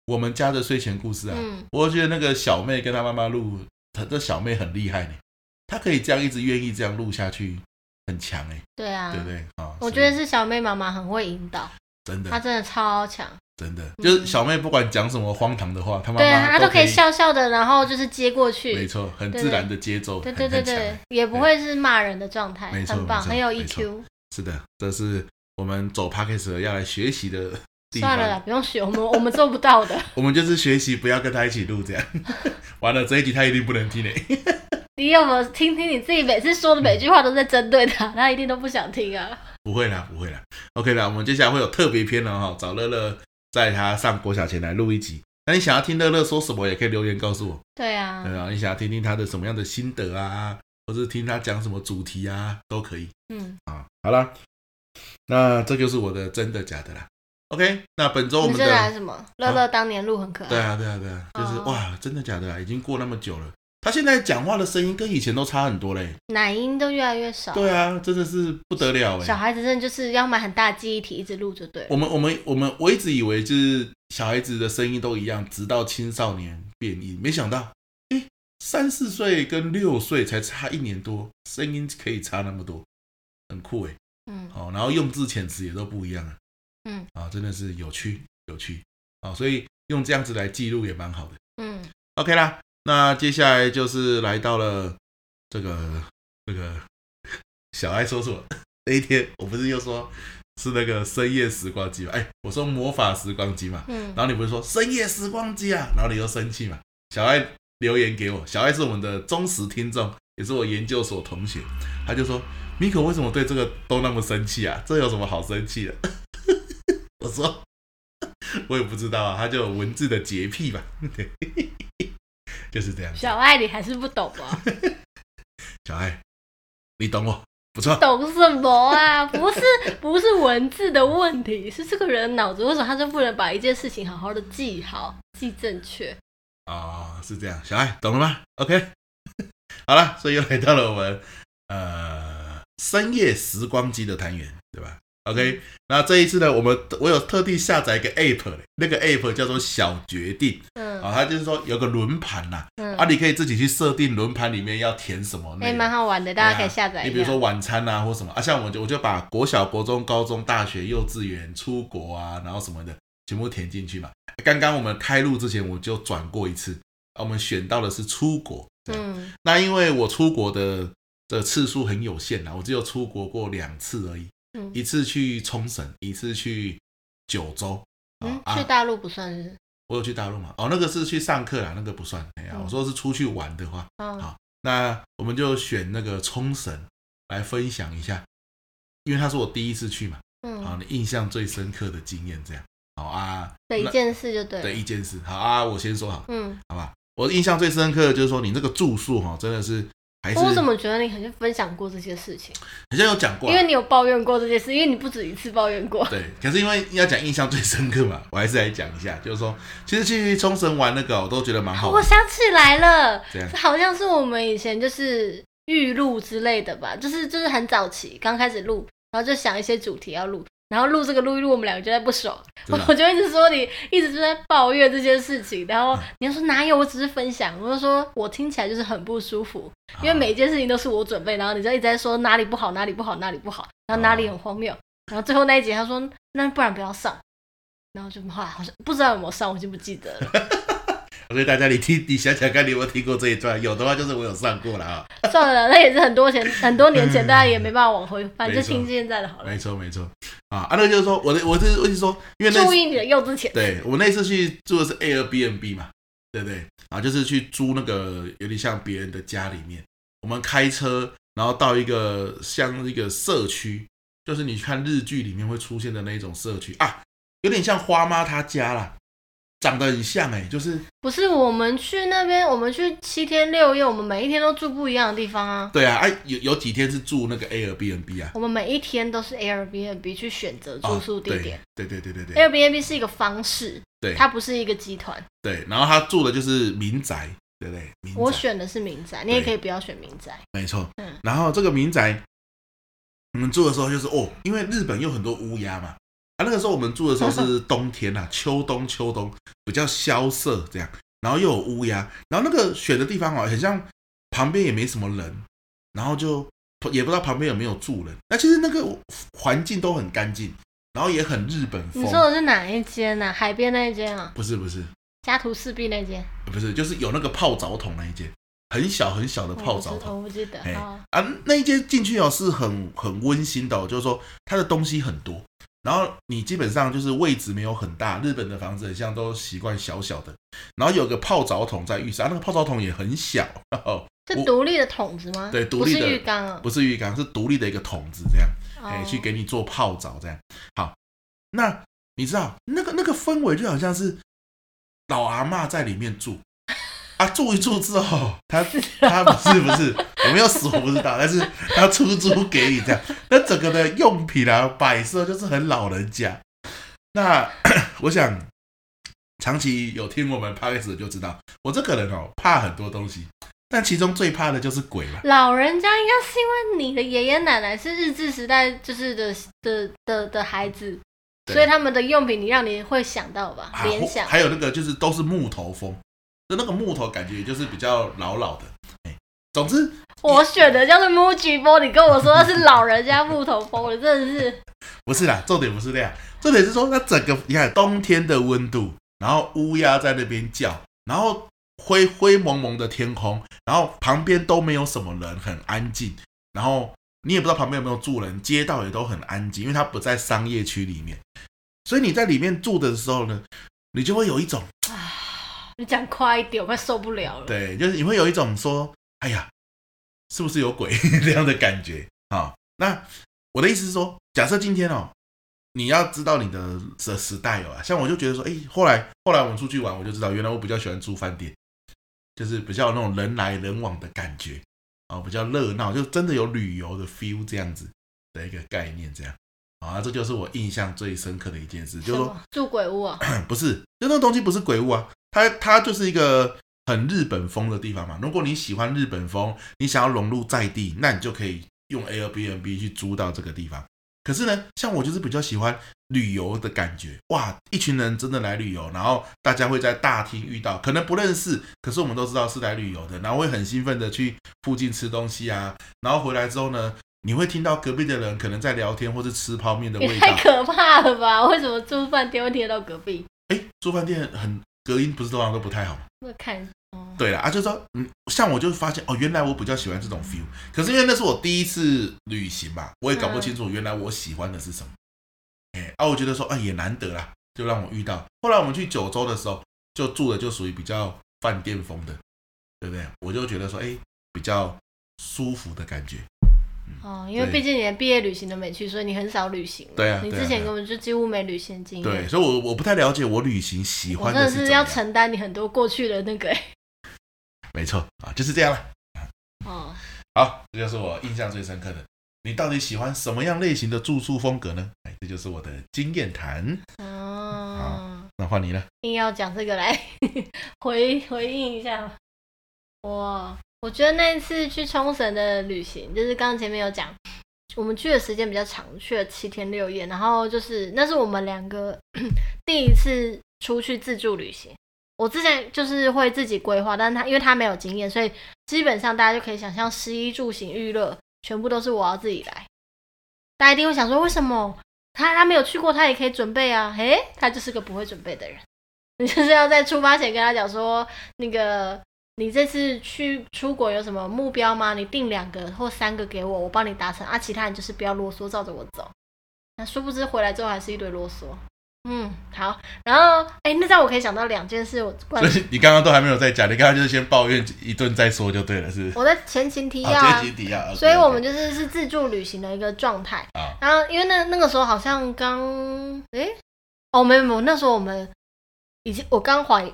[SPEAKER 1] 我们家的睡前故事啊，
[SPEAKER 2] 嗯，
[SPEAKER 1] 我觉得那个小妹跟她妈妈录，她这小妹很厉害呢，她可以这样一直愿意这样录下去，很强哎，
[SPEAKER 2] 对啊
[SPEAKER 1] 对，不对？啊、所
[SPEAKER 2] 我
[SPEAKER 1] 以
[SPEAKER 2] 觉得是小妹妈妈很会引导，
[SPEAKER 1] 真
[SPEAKER 2] 她
[SPEAKER 1] 的
[SPEAKER 2] 真的超强，
[SPEAKER 1] 真的，就是小妹不管讲什么荒唐的话，她妈
[SPEAKER 2] 嗯对啊，
[SPEAKER 1] 妈
[SPEAKER 2] 她都可
[SPEAKER 1] 可
[SPEAKER 2] 以，笑笑的，然后就是接过去
[SPEAKER 1] 没，错，很
[SPEAKER 2] 对
[SPEAKER 1] 自然的接受，
[SPEAKER 2] 对
[SPEAKER 1] 很
[SPEAKER 2] 对对
[SPEAKER 1] 很强
[SPEAKER 2] 对
[SPEAKER 1] 哎，
[SPEAKER 2] 也不会是骂人的状态
[SPEAKER 1] 没，错
[SPEAKER 2] 很棒，
[SPEAKER 1] 没错
[SPEAKER 2] 很有 E
[SPEAKER 1] 没错 E
[SPEAKER 2] EQ。
[SPEAKER 1] 是的，这是我们走 p a c k a g e 要来学习的地
[SPEAKER 2] 算了
[SPEAKER 1] 方
[SPEAKER 2] 啦，。不用学，我们我们做不到的，
[SPEAKER 1] 我们就是学习，不要跟她一起录 这样。完了这一集她一定不能听嘞。
[SPEAKER 2] 你有没有听听你自己每次说的每句话都在针对 他，他一定都不想听啊。
[SPEAKER 1] 不会啦，不会啦。OK 啦，我们接下来会有特别篇了哈，找乐乐在他上国小前来录一集。那你想要听乐乐说什么，也可以留言告诉我。
[SPEAKER 2] 对啊，
[SPEAKER 1] 对啊，你想要听听他的什么样的心得啊，或是听他讲什么主题啊，都可以
[SPEAKER 2] 嗯，
[SPEAKER 1] 啊。好啦，那这就是我的真的假的啦。OK，那本周我
[SPEAKER 2] 你
[SPEAKER 1] 们
[SPEAKER 2] 这来
[SPEAKER 1] 的
[SPEAKER 2] 什么？乐乐当年路很可爱。
[SPEAKER 1] 对啊，对啊，对啊，就是、
[SPEAKER 2] 哦
[SPEAKER 1] 哇，真的假的啊，已经过那么久了。他现在讲话的声音跟以前都差很多嘞，
[SPEAKER 2] 奶音都越来越少。
[SPEAKER 1] 对啊，真的是不得了哎。
[SPEAKER 2] 哦小孩子真的就是要买很大的记忆体一直录就对了。
[SPEAKER 1] 我们我们我们我一直以为就是小孩子的声音都一样，直到青少年变异，没想到，诶，三四岁跟六岁才差一年多，声音可以差那么多，很酷哎诶。
[SPEAKER 2] 嗯
[SPEAKER 1] 好、哦然后用字遣词也都不一样啊，
[SPEAKER 2] 嗯
[SPEAKER 1] 啊，真的是有趣有趣啊，所以用这样子来记录也蛮好的。
[SPEAKER 2] 嗯，
[SPEAKER 1] OK 啦，那接下来就是来到了这个这个小爱说什么那一天，我不是又说是那个深夜时光机嘛？哎，我说魔法时光机嘛，
[SPEAKER 2] 嗯
[SPEAKER 1] 然后你不是说深夜时光机啊？然后你又生气嘛？小爱留言给我，小爱是我们的忠实听众，也是我研究所同学，他就说米可为什么对这个都那么生气啊？这有什么好生气的？ 我说我也不知道啊，他就有文字的洁癖吧，对， 就是这样。
[SPEAKER 2] 小爱你还是不懂啊，
[SPEAKER 1] 小爱，你懂我，不错。
[SPEAKER 2] 懂什么啊？不是不是文字的问题，是这个人脑子为什么他就不能把一件事情好好的记好、记正确？
[SPEAKER 1] 哦，是这样，小爱懂了吗？OK，好了，所以又来到了我们呃深夜时光机的单元，对吧？OK，那
[SPEAKER 2] 嗯
[SPEAKER 1] 这一次呢，我们我有特地下载一个 App，嘞那个 App 叫做小决定啊、
[SPEAKER 2] 嗯
[SPEAKER 1] 它就是说有个轮盘呐，啊，
[SPEAKER 2] 嗯，
[SPEAKER 1] 你可以自己去设定轮盘里面要填什么内
[SPEAKER 2] 哎，
[SPEAKER 1] 容。
[SPEAKER 2] 蛮好玩的，大家可以下载
[SPEAKER 1] 你
[SPEAKER 2] 一
[SPEAKER 1] 比如
[SPEAKER 2] 下
[SPEAKER 1] 说。晚餐啊，或什么啊，像我就我就把国小、国中、高中、大学、幼稚园、出国啊，然后什么的全部填进去嘛。刚刚我们开录之前我就转过一次，啊我们选到的是出国。这样
[SPEAKER 2] 嗯
[SPEAKER 1] 那因为我出国的的次数很有限啊啦，我只有出国过两次而已，
[SPEAKER 2] 嗯
[SPEAKER 1] 一次去冲绳，一次去九州。
[SPEAKER 2] 嗯，
[SPEAKER 1] 啊
[SPEAKER 2] 去大陆不算是，
[SPEAKER 1] 我有去大陆嘛？哦，那个是去上课啦，那个不算。哎呀，
[SPEAKER 2] 嗯
[SPEAKER 1] 我说是出去玩的话，
[SPEAKER 2] 嗯
[SPEAKER 1] 好那我们就选那个冲绳来分享一下，因为他是我第一次去嘛，好，
[SPEAKER 2] 嗯
[SPEAKER 1] 你印象最深刻的经验这样，好啊
[SPEAKER 2] 的一件事就对
[SPEAKER 1] 的
[SPEAKER 2] 了，
[SPEAKER 1] 一件事，好啊，我先说好，
[SPEAKER 2] 嗯，
[SPEAKER 1] 好吧，我印象最深刻的就是说你那个住宿哈、真的是还哎是
[SPEAKER 2] 我哦怎么觉得你好像分享过这些事情？
[SPEAKER 1] 好像有讲过
[SPEAKER 2] 因
[SPEAKER 1] 啊，
[SPEAKER 2] 为你有抱怨过这件事，因为你不止一次抱怨过。
[SPEAKER 1] 对，可是因为要讲印象最深刻嘛，我还是来讲一下，就是说其实去冲绳玩那个哦我都觉得蛮好
[SPEAKER 2] 我
[SPEAKER 1] 玩，
[SPEAKER 2] 想起来了，
[SPEAKER 1] 这 样
[SPEAKER 2] 这好像是我们以前就是预录之类的吧，就是就是很早期刚开始录，然后就想一些主题要录，然后录这个录一录，我们两个就在不爽，我
[SPEAKER 1] 真的 啊
[SPEAKER 2] 我就一直说你一直就在抱怨这件事情，然
[SPEAKER 1] 啊
[SPEAKER 2] 后你就说哪有，我只是分享，我就说我听起来就是很不舒服，
[SPEAKER 1] 啊
[SPEAKER 2] 因为每一件事情都是我准备，然后你就一直在说哪里不好哪里不好哪里不好，然后
[SPEAKER 1] 啊
[SPEAKER 2] 哪里很荒谬，然后最后那一集他说那不然不要上。然后就后来好像不知道有没有上，我已经不记得了。
[SPEAKER 1] 所以大家你听你想想看你有没有听过这一段，有的话就是我有上过了啊。
[SPEAKER 2] 算了，那也是很 多前很多年前，大家也没办法往回翻，
[SPEAKER 1] 没
[SPEAKER 2] 就
[SPEAKER 1] 错
[SPEAKER 2] 听现在的好了
[SPEAKER 1] 嗯没。错哎没错啊啊，那个就是说我的我是我是说，因为那
[SPEAKER 2] 注
[SPEAKER 1] 次
[SPEAKER 2] 意你的幼稚钱。
[SPEAKER 1] 对我那次去住的是 Airbnb 嘛，对不对？啊，就是去租那个有点像别人的家里面，我们开车然后到一个像一个社区，就是你看日剧里面会出现的那一种社区啊，有点像花妈她家啦，长得很像哎、就是
[SPEAKER 2] 不是我们去那边，我们去七天六夜，我们每一天都住不一样的地方啊。
[SPEAKER 1] 对啊，哎、有有几天是住那个 Airbnb 啊。
[SPEAKER 2] 我们每一天都是 Airbnb 去选择住宿地点、
[SPEAKER 1] 哦对对对对对对
[SPEAKER 2] Airbnb 是一个方式，
[SPEAKER 1] 对
[SPEAKER 2] 它不是一个集团。
[SPEAKER 1] 对，然后他住的就是民宅，对不对？民宅
[SPEAKER 2] 我选的是民宅，你也可以不要选民宅。
[SPEAKER 1] 没错。
[SPEAKER 2] 嗯
[SPEAKER 1] 然后这个民宅，我们住的时候就是哦，因为日本有很多乌鸦嘛。啊，那个时候我们住的时候 是冬天啊，秋冬秋冬比较萧瑟这样，然后又有乌鸦，然后那个选的地方哦，很像旁边也没什么人，然后就也不知道旁边有没有住人。那其实那个环境都很干净，然后也很日本风
[SPEAKER 2] 你。说的是哪一间呢、啊？海边那一间啊，
[SPEAKER 1] 不是不是
[SPEAKER 2] 家徒四壁那间。
[SPEAKER 1] 不是，就是有那个泡澡桶那一间，很小很小的泡澡
[SPEAKER 2] 哦我不知
[SPEAKER 1] 桶。
[SPEAKER 2] 我不记得。哦
[SPEAKER 1] 哎
[SPEAKER 2] 好
[SPEAKER 1] 啊，那一间进去哦是很很温馨的、哦，就是说它的东西很多，然后你基本上就是位置没有很大，日本的房子很像都习惯小小的，然后有个泡澡桶在浴室啊，那个泡澡桶也很小， 哦、
[SPEAKER 2] 是独立的桶子吗？
[SPEAKER 1] 对独立的
[SPEAKER 2] 不是浴缸啊。
[SPEAKER 1] 不是浴缸，是独立的一个桶子这样，哎、
[SPEAKER 2] 哦
[SPEAKER 1] 去给你做泡澡这样。好，那你知道那个那个氛围就好像是老阿嬷在里面住。啊，住一住之后，他他不是不是，我没有死活不知道，但是他出租给你这样，那整个的用品啊摆设就是很老人家。那 我想，长期有听我们 p o d c a 就知道，我这个人哦怕很多东西，但其中最怕的就是鬼嘛。
[SPEAKER 2] 老人家应该是因为你的爷爷奶奶是日治时代就是的的的的孩子，
[SPEAKER 1] 对
[SPEAKER 2] 所以他们的用品你让你会想到吧，
[SPEAKER 1] 啊
[SPEAKER 2] 联
[SPEAKER 1] 或
[SPEAKER 2] 想。
[SPEAKER 1] 还有那个就是都是木头风，就那个木头感觉就是比较老老的。哎，总之
[SPEAKER 2] 我选的叫做 Muji 风，你跟我说是老人家木头风，我真的是
[SPEAKER 1] 不是啦，重点不是那样，重点是说它整个你看冬天的温度，然后乌鸦在那边叫，然后灰灰蒙蒙的天空，然后旁边都没有什么人，很安静，然后你也不知道旁边有没有住人，街道也都很安静，因为它不在商业区里面，所以你在里面住的时候呢，你就会有一种。
[SPEAKER 2] 你讲快一点，我快受不了了。
[SPEAKER 1] 对，就是你会有一种说，哎呀，是不是有鬼 这样的感觉啊、那我的意思是说，假设今天哦，你要知道你的的时代哦，像我就觉得说，哎，后来后来我们出去玩，我就知道原来我比较喜欢住饭店，就是比较有那种人来人往的感觉啊、比较热闹，就真的有旅游的 feel 这样子的一个概念，这样。啊，这就是我印象最深刻的一件事，就是
[SPEAKER 2] 什
[SPEAKER 1] 说
[SPEAKER 2] 么住鬼屋 啊？
[SPEAKER 1] 不是，就那个东西不是鬼屋啊，它它就是一个很日本风的地方嘛。如果你喜欢日本风，你想要融入在地，那你就可以用 Airbnb 去租到这个地方。可是呢，像我就是比较喜欢旅游的感觉，哇，一群人真的来旅游，然后大家会在大厅遇到，可能不认识，可是我们都知道是来旅游的，然后会很兴奋的去附近吃东西啊，然后回来之后呢，你会听到隔壁的人可能在聊天或是吃泡面的
[SPEAKER 2] 也
[SPEAKER 1] 味
[SPEAKER 2] 太
[SPEAKER 1] 道，
[SPEAKER 2] 可怕了吧！为什么住饭店会听得到隔壁？
[SPEAKER 1] 哎，住饭店很隔音不是通常都不太好吗？
[SPEAKER 2] 我看，哦，
[SPEAKER 1] 对啦，啊，就是说，嗯，像我就发现哦，原来我比较喜欢这种 feel，可是因为那是我第一次
[SPEAKER 2] 嗯
[SPEAKER 1] 旅行嘛，我也搞不清楚原来我喜欢的是什么。哎、啊，我觉得说，啊，也难得啦，就让我遇到。后来我们去九州的时候，就住的就属于比较饭店风的，对不对？我就觉得说，哎，比较舒服的感觉。
[SPEAKER 2] 哦，因为
[SPEAKER 1] 对
[SPEAKER 2] 毕竟你连毕业旅行都没去，所以你很少旅行。
[SPEAKER 1] 对啊
[SPEAKER 2] 你
[SPEAKER 1] 对啊
[SPEAKER 2] 之前
[SPEAKER 1] 对啊
[SPEAKER 2] 根本就几乎没旅行经验。
[SPEAKER 1] 对，所以我我不太了解我旅行喜
[SPEAKER 2] 嗯我
[SPEAKER 1] 欢
[SPEAKER 2] 真的
[SPEAKER 1] 是
[SPEAKER 2] 是
[SPEAKER 1] 怎
[SPEAKER 2] 要
[SPEAKER 1] 样。
[SPEAKER 2] 承担你很多过去的那个、欸。
[SPEAKER 1] 没错啊，就是这样了。
[SPEAKER 2] 哦，
[SPEAKER 1] 好，这就是我印象最深刻的。你到底喜欢什么样类型的住宿风格呢？哎，这就是我的经验谈。
[SPEAKER 2] 哦。
[SPEAKER 1] 那换你了。
[SPEAKER 2] 嗯硬要讲这个来 回回应一下吧。我我觉得那一次去冲绳的旅行，就是刚刚前面有讲，我们去的时间比较长，去了七天六夜，然后就是那是我们两个 第一次出去自助旅行。我之前就是会自己规划，但他因为他没有经验，所以基本上大家就可以想象，食衣住行娱乐全部都是我要自己来。大家一定会想说，为什么他他没有去过，他也可以准备啊？诶，他就是个不会准备的人。 你就是要在出发前跟他讲说，那个你这次去出国有什么目标吗？你定两个或三个给我，我帮你达成啊。其他人就是不要啰嗦，照着我走。那殊不知回来之后还是一堆啰嗦。嗯，好，然后哎，那这样我可以想到两件事，我关
[SPEAKER 1] 所以你刚刚都还没有在讲，你刚刚就是先抱怨一顿再说就对了，是不是？
[SPEAKER 2] 我在前情提要
[SPEAKER 1] 好，
[SPEAKER 2] 啊
[SPEAKER 1] 这，是底啊。
[SPEAKER 2] 所以我们
[SPEAKER 1] 就
[SPEAKER 2] 就是是自助旅行的一个状态。
[SPEAKER 1] 啊，
[SPEAKER 2] 然后因为那那个时候好像刚哎、哦没有没有，那时候我们已经我刚怀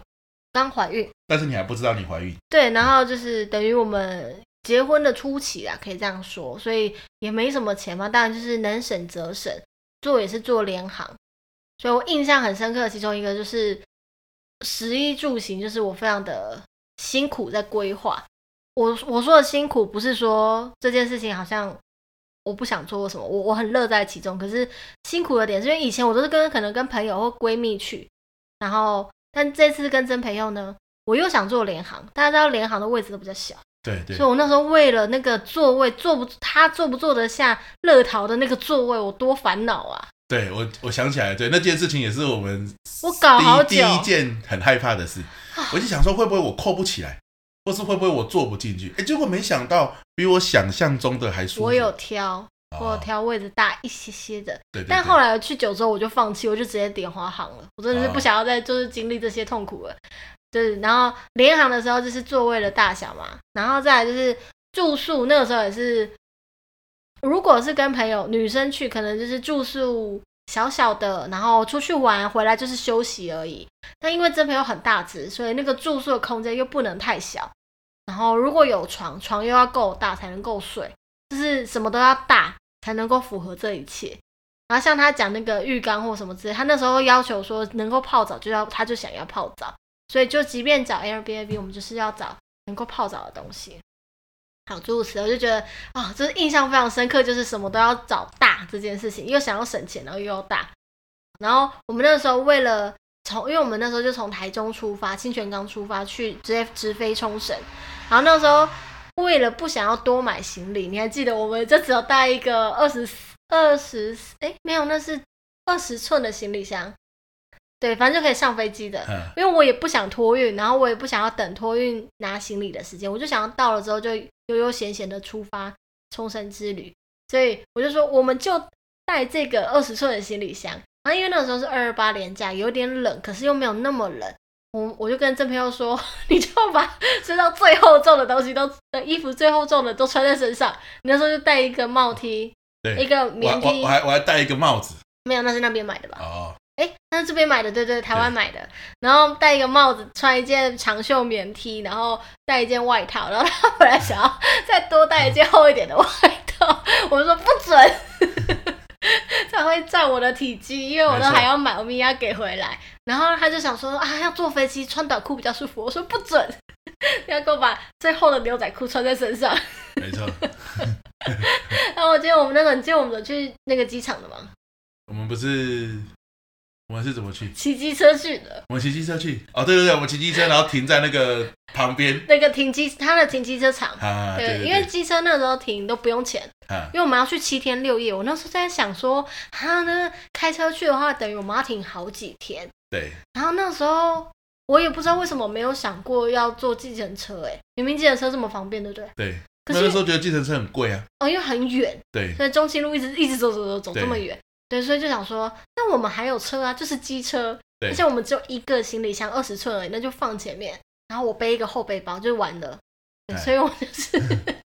[SPEAKER 2] 刚怀孕。
[SPEAKER 1] 但是你还不知道你怀孕，
[SPEAKER 2] 对，然后就是等于我们结婚的初期啊，可以这样说，所以也没什么钱嘛，当然就是能省则省，做也是做联行，所以我印象很深刻，其中一个就是食衣住行，就是我非常的辛苦在规划。我我说的辛苦，不是说这件事情好像我不想做或什么，我我很乐在其中。可是辛苦的点是因为以前我都是跟可能跟朋友或闺蜜去，然后但这次跟真朋友呢，我又想做联航，大家知道联航的位置都比较小，
[SPEAKER 1] 对对
[SPEAKER 2] 所以我那时候为了那个座位坐不他坐不坐得下乐桃的那个座位，我多烦恼啊！
[SPEAKER 1] 对，我我想起来，对那件事情也是我们
[SPEAKER 2] 我搞
[SPEAKER 1] 第一
[SPEAKER 2] 好
[SPEAKER 1] 第
[SPEAKER 2] 久，啊
[SPEAKER 1] 一件很害怕的事，我就想说会不会我扣不起来，或是会不会我坐不进去？哎、结果没想到比我想象中的还舒服。
[SPEAKER 2] 我有挑，我有
[SPEAKER 1] 哦，
[SPEAKER 2] 挑位置大一些些的，
[SPEAKER 1] 对对对。
[SPEAKER 2] 但后来去九州我就放弃，我就直接点华航了。我真的是
[SPEAKER 1] 哦
[SPEAKER 2] 不想要再就是经历这些痛苦了。对，然后联航的时候就是座位的大小嘛，然后再来就是住宿，那个时候也是，如果是跟朋友女生去，可能就是住宿小小的，然后出去玩回来就是休息而已。但因为真朋友很大只，所以那个住宿的空间又不能太小，然后如果有床，床又要够大才能够睡，就是什么都要大才能够符合这一切。然后像他讲那个浴缸或什么之类，他那时候要求说能够泡澡就要，他就想要泡澡，所以就即便找 Airbnb，我们就是要找能够泡澡的东西。好，诸如此类，我就觉得啊、就是印象非常深刻，就是什么都要找大这件事情，又想要省钱，然后又要大。然后我们那时候为了从，因为我们那时候就从台中出发，清泉岗出发去直接直飞冲绳，然后那时候为了不想要多买行李，你还记得我们就只有带一个二十二十哎没有，那是二十寸的行李箱，对，反正就可以上飞机的。
[SPEAKER 1] 嗯，
[SPEAKER 2] 因为我也不想托运，然后我也不想要等托运拿行李的时间，我就想要到了之后就悠悠闲闲的出发冲绳之旅，所以我就说我们就带这个 二十寸的行李箱。然后因为那个时候是二二八连假，有点冷，可是又没有那么冷，我我就跟郑朋友说， 你就把身上最厚重的东西都， 呃衣服最厚重的都穿在身上。你那时候就带一个帽 T，一
[SPEAKER 1] 对，
[SPEAKER 2] 个
[SPEAKER 1] 我
[SPEAKER 2] 棉
[SPEAKER 1] 还我
[SPEAKER 2] T，
[SPEAKER 1] 我还我还戴一个帽子
[SPEAKER 2] 没有，那是那边买的吧？
[SPEAKER 1] 哦，
[SPEAKER 2] 哎、那是这边买的，对对，台湾买的。然后戴一个帽子，穿一件长袖棉 T，然后带一件外套。然后他本来想要再多带一件厚一点的外套，我就说不准， 这样会占我的体积，因为我都
[SPEAKER 1] 没错
[SPEAKER 2] 还要买欧米亚给回来。然后他就想说啊，要坐飞机穿短裤比较舒服。我说不准， 要给我把最厚的牛仔裤穿在身上。
[SPEAKER 1] 没错。
[SPEAKER 2] 然后我记得我们那个，你记得我们有去那个机场的吗？
[SPEAKER 1] 我们不是，我们是怎么去？
[SPEAKER 2] 骑机车去的。
[SPEAKER 1] 我们骑机车去。哦，对对对，我们骑机车，然后停在那个旁边
[SPEAKER 2] 那个停机，他的停机车场。
[SPEAKER 1] 啊，对
[SPEAKER 2] 对，因为
[SPEAKER 1] 对，
[SPEAKER 2] 机车那时候停都不用钱，
[SPEAKER 1] 啊，
[SPEAKER 2] 因为我们要去七天六夜。我那时候在想说，哈，那开车去的话，等于我们要停好几天。
[SPEAKER 1] 对，
[SPEAKER 2] 然后那时候我也不知道为什么没有想过要坐计程车、欸，哎，明明计程车这么方便，对不对？
[SPEAKER 1] 对。
[SPEAKER 2] 可
[SPEAKER 1] 那
[SPEAKER 2] 是
[SPEAKER 1] 时候觉得计程车很贵啊，
[SPEAKER 2] 哦，因为很远，
[SPEAKER 1] 对
[SPEAKER 2] 所以中心路一直一直走走走走
[SPEAKER 1] 对
[SPEAKER 2] 这么远。对，所以就想说，那我们还有车啊，就是机车，
[SPEAKER 1] 对
[SPEAKER 2] 而且我们只有一个行李箱二十寸而已，那就放前面，然后我背一个后背包就完了。对
[SPEAKER 1] 哎
[SPEAKER 2] 所以我就是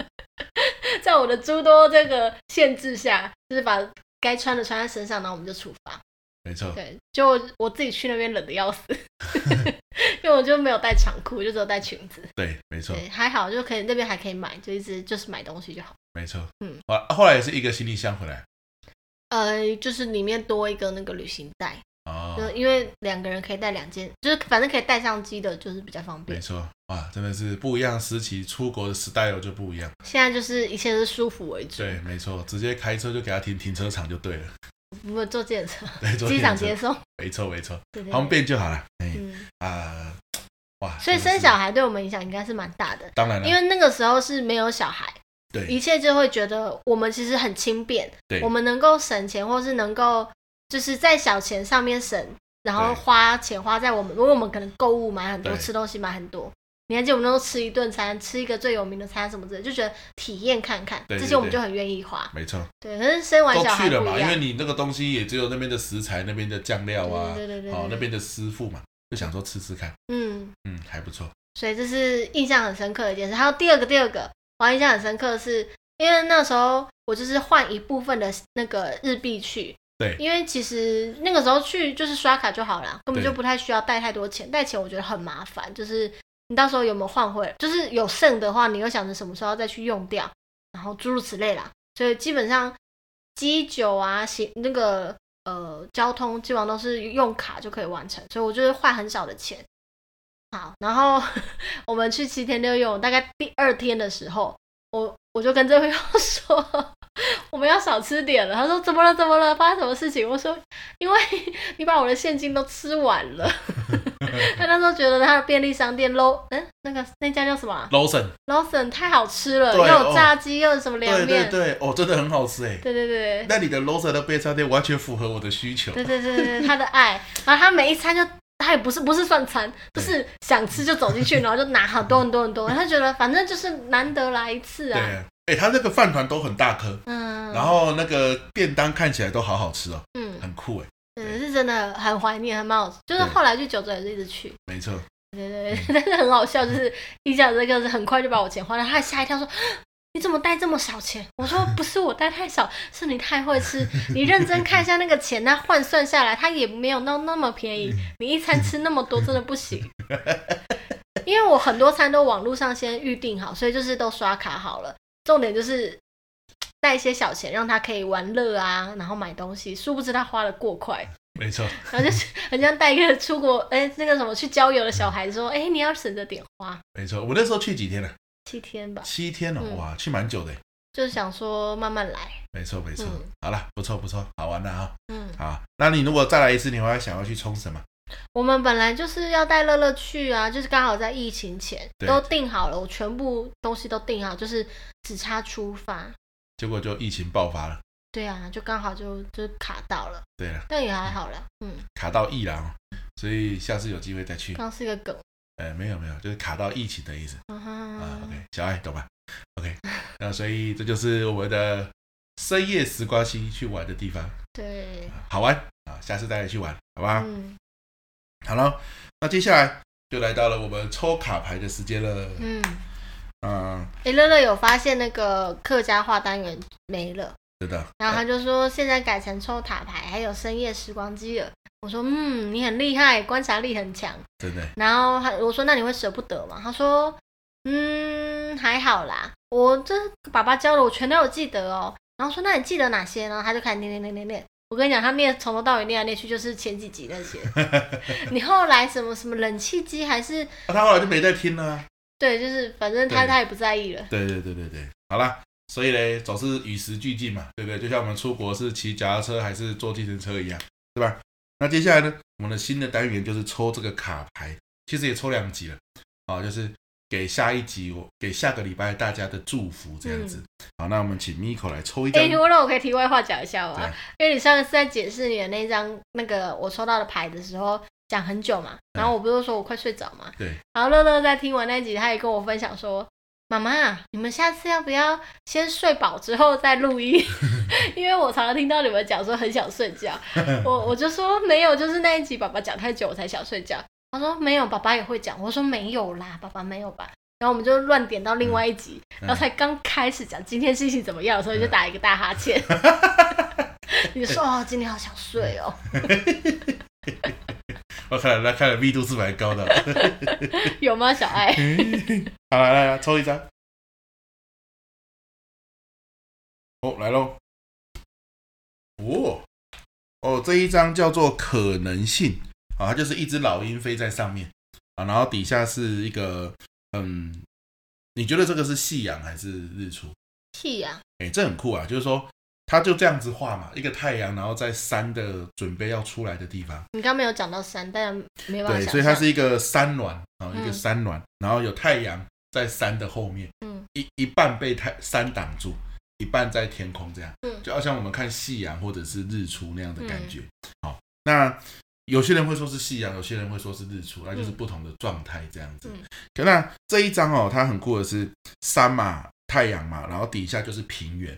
[SPEAKER 2] 在我的诸多这个限制下，就是把该穿的穿在身上，然后我们就出发。
[SPEAKER 1] 没错，
[SPEAKER 2] 对，就我自己去那边冷的 要死，因为我就没有带长裤，就只有带裙子。
[SPEAKER 1] 对，没错，
[SPEAKER 2] 对，还好，就可以那边还可以买，就一直就是买东西就好。
[SPEAKER 1] 没错。
[SPEAKER 2] 嗯，
[SPEAKER 1] 后后来也是一个行李箱回来
[SPEAKER 2] 呃，就是里面多一个那个旅行袋，
[SPEAKER 1] 哦，
[SPEAKER 2] 就因为两个人可以带两件，就是反正可以带相机的，就是比较方
[SPEAKER 1] 没
[SPEAKER 2] 便。
[SPEAKER 1] 错，哇，真的是不一样时期出国的 style 就不一样。
[SPEAKER 2] 现在就是一切都是舒服为主，
[SPEAKER 1] 对，没错，直接开车就给他停停车场就对 了，
[SPEAKER 2] 不坐电车，
[SPEAKER 1] 对， 坐
[SPEAKER 2] 机场
[SPEAKER 1] 电
[SPEAKER 2] 接
[SPEAKER 1] 车，
[SPEAKER 2] 送，
[SPEAKER 1] 没错没错，
[SPEAKER 2] 对对
[SPEAKER 1] 方
[SPEAKER 2] 对。
[SPEAKER 1] 便就好了。哎
[SPEAKER 2] 嗯，
[SPEAKER 1] 啊，哇，
[SPEAKER 2] 所以
[SPEAKER 1] 真的
[SPEAKER 2] 生
[SPEAKER 1] 是
[SPEAKER 2] 小孩对我们影响应该是蛮大的，
[SPEAKER 1] 当然了，
[SPEAKER 2] 因为那个时候是没有小孩，一
[SPEAKER 1] 对
[SPEAKER 2] 切就会觉得我们其实很轻便，
[SPEAKER 1] 对
[SPEAKER 2] 我们能够省钱，或是能够就是在小钱上面省，然后
[SPEAKER 1] 对
[SPEAKER 2] 花钱花在我们，因为我们可能购物买很多，
[SPEAKER 1] 对
[SPEAKER 2] 吃东西买很多。你还记得我们那时候吃一顿餐，吃一个最有名的餐什么之类，就觉得体验看看，
[SPEAKER 1] 对对
[SPEAKER 2] 这些我们
[SPEAKER 1] 对
[SPEAKER 2] 就很愿意花。
[SPEAKER 1] 没错，
[SPEAKER 2] 对，可是生完
[SPEAKER 1] 都
[SPEAKER 2] 小孩
[SPEAKER 1] 去
[SPEAKER 2] 不
[SPEAKER 1] 了
[SPEAKER 2] 一
[SPEAKER 1] 嘛，因为
[SPEAKER 2] 样，
[SPEAKER 1] 你那个东西也只有那边的食材、那边的酱料啊，
[SPEAKER 2] 对对对对
[SPEAKER 1] 哦
[SPEAKER 2] 对
[SPEAKER 1] 那边的师傅嘛，就想说吃吃看，
[SPEAKER 2] 嗯，
[SPEAKER 1] 嗯，还不错，
[SPEAKER 2] 所以这是印象很深刻的一件事。还有第二个，第二个我印象很深刻的是，因为那时候我就是换一部分的那个日币去，
[SPEAKER 1] 对
[SPEAKER 2] 因为其实那个时候去就是刷卡就好了，根本
[SPEAKER 1] 对
[SPEAKER 2] 就不太需要带太多钱，带钱我觉得很麻烦，就是你到时候有没有换回来，就是有剩的话，你又想着什么时候再去用掉，然后诸如此类啦，所以基本上机酒啊，行那个呃交通基本上都是用卡就可以完成，所以我就是换很少的钱。好，然后 我们去七天六夜，我大概第二天的时候，我我就跟这位朋友 说，我们要少吃点了。他说怎么了？怎么了？发生什么事情？我说因为 你把我的现金都吃完了。 他那时候觉得他的便利商店 low，嗯，那个那家叫什么啊、
[SPEAKER 1] l o s o n
[SPEAKER 2] Lawson 太好吃了，
[SPEAKER 1] 对
[SPEAKER 2] 又有
[SPEAKER 1] 哦
[SPEAKER 2] 炸鸡，又有什么凉
[SPEAKER 1] 对对
[SPEAKER 2] 面，
[SPEAKER 1] 对，哦，真的很好吃哎。
[SPEAKER 2] 对对对
[SPEAKER 1] 那你的 l o s o n 的便利商店完全符合我的需求，
[SPEAKER 2] 对对对对，他的爱， 然后他每一餐就，他也不是不是算餐，就是想吃就走进去，然后就拿很多很多很多，他觉得反正就是难得来一次
[SPEAKER 1] 对
[SPEAKER 2] 啊，
[SPEAKER 1] 啊，哎，他那个饭团都很大颗，
[SPEAKER 2] 嗯，
[SPEAKER 1] 然后那个便当看起来都好好吃哦，
[SPEAKER 2] 嗯，
[SPEAKER 1] 很酷哎，
[SPEAKER 2] 对，是真的很怀念，很蛮好吃，就是
[SPEAKER 1] 对
[SPEAKER 2] 后来去九州也是一直去。
[SPEAKER 1] 没错，
[SPEAKER 2] 对对对， 但是很好笑，就是一讲这个是很快就把我钱花了，他还吓一跳说。 你怎么带这么少钱？我说不是我带太少，是你太会吃。 你认真看一下那个钱，那换算下来，它也没有到那么便宜。你一餐吃那么多，真的不行。因为我很多餐都网络上先预定好，所以就是都刷卡好了。重点就是带一些小钱，让他可以玩乐啊，然后买东西。殊不知他花的过快，
[SPEAKER 1] 没错，
[SPEAKER 2] 然后就是很像带一个出国， 哎、那个什么去郊游的小孩说，哎、你要省着点花，
[SPEAKER 1] 没错。我那时候去几天了？
[SPEAKER 2] 七天吧，
[SPEAKER 1] 七天哦，
[SPEAKER 2] 嗯
[SPEAKER 1] 哇，去蛮久的哎，
[SPEAKER 2] 就是想说慢慢来，
[SPEAKER 1] 没错没错
[SPEAKER 2] 嗯。
[SPEAKER 1] 好了，不错不错，好玩了啊。
[SPEAKER 2] 嗯，
[SPEAKER 1] 好，那你如果再来一次，你会想要去冲绳吗？
[SPEAKER 2] 我们本来就是要带乐乐去啊，就是刚好在疫情前
[SPEAKER 1] 对
[SPEAKER 2] 都定好了，我全部东西都定好，就是只差出发，
[SPEAKER 1] 结果就疫情爆发了。
[SPEAKER 2] 对啊，就刚好就就卡到了，
[SPEAKER 1] 对了，
[SPEAKER 2] 但也还好啦，嗯，
[SPEAKER 1] 卡到疫了哦，所以下次有机会再去。
[SPEAKER 2] 刚是一个梗，
[SPEAKER 1] 呃，没有没有，就是卡到疫情的意思
[SPEAKER 2] 啊
[SPEAKER 1] 啊。
[SPEAKER 2] 哈，
[SPEAKER 1] OK，小爱懂吧？OK，那所以这就是我们的深夜时光机去玩的地方，
[SPEAKER 2] 对，
[SPEAKER 1] 好玩啊！下次带你去玩，好吧？
[SPEAKER 2] 嗯
[SPEAKER 1] 好了，那接下来就来到了我们抽卡牌的时间了。
[SPEAKER 2] 嗯，
[SPEAKER 1] 嗯，
[SPEAKER 2] 哎、乐乐有发现那个客家话单元没了。
[SPEAKER 1] 真的，
[SPEAKER 2] 然后他就说现在改成抽塔牌，还有深夜时光机了。我说嗯，你很厉害，观察力很强。
[SPEAKER 1] 真的，
[SPEAKER 2] 然后他我说那你会舍不得吗？他说嗯还好啦，我这爸爸教的我全都有记得哦。然后说那你记得哪些呢？然后他就开始念念念念念。我跟你讲，他念从头到尾念来念去就是前几集那些。
[SPEAKER 1] 啊
[SPEAKER 2] 你后来什么什么冷气机还是
[SPEAKER 1] 那他后来就没再听了啊。
[SPEAKER 2] 对，就是反正他
[SPEAKER 1] 对
[SPEAKER 2] 他也不在意了。
[SPEAKER 1] 对对对对对，好啦，所以嘞，总是与时俱进嘛，对不对？就像我们出国是骑脚踏车还是坐计程车一样，对吧？那接下来呢，我们的新的单元就是抽这个卡牌，其实也抽两集了，啊，就是给下一集我给下个礼拜大家的祝福这样子。好，那我们请 Miko 来抽一张
[SPEAKER 2] 哎、，如果让我可以题外话讲一下
[SPEAKER 1] 对
[SPEAKER 2] 吗
[SPEAKER 1] 啊？
[SPEAKER 2] 因为你上一次在解释你的那张那个我抽到的牌的时候，讲很久嘛，
[SPEAKER 1] 嗯
[SPEAKER 2] 然后我不是说我快睡着嘛，
[SPEAKER 1] 对，
[SPEAKER 2] 然后乐乐在听完那集，他也跟我分享说，妈妈，你们下次要不要先睡饱之后再录音？ 因为我常常听到你们讲说很想睡觉， 我我就说没有，就是那一集爸爸讲太久我才想睡觉。他说没有，爸爸也会讲。我说没有啦，爸爸没有吧。然后我们就乱点到另外一集，
[SPEAKER 1] 嗯
[SPEAKER 2] 然后才刚开始讲今天心情怎么样的时候，就打一个大 哈欠。你就说哦，今天好想 睡哦，
[SPEAKER 1] 我看来他看来密度是蛮高的。
[SPEAKER 2] 有吗，小爱？
[SPEAKER 1] 好，来来来，抽一张。哦，来喽。哦，哦，这一张叫做可能性啊，它就是一只老鹰飞在上面啊，然后底下是一个嗯，你觉得这个是夕阳还是日出？
[SPEAKER 2] 气呀、
[SPEAKER 1] 哎、这很酷啊，就是说它就这样子画嘛，一个太阳，然后在山的准备要出来的地方。
[SPEAKER 2] 你刚没有讲到山，但没办法
[SPEAKER 1] 对，
[SPEAKER 2] 想象
[SPEAKER 1] 所以它是一个山峦啊，一个
[SPEAKER 2] 嗯
[SPEAKER 1] 山峦，然后有太阳在山的后面，
[SPEAKER 2] 嗯，
[SPEAKER 1] 一一半被太山挡住，一半在天空，这样，
[SPEAKER 2] 嗯
[SPEAKER 1] 就好像我们看夕阳或者是日出那样的感觉。好，那有些人会说是夕阳，有些人会说是日出，那就是
[SPEAKER 2] 嗯
[SPEAKER 1] 不同的状态这样子。
[SPEAKER 2] 嗯
[SPEAKER 1] 可那这一张哦，它很酷的是山嘛，太阳嘛，然后底下就是平原，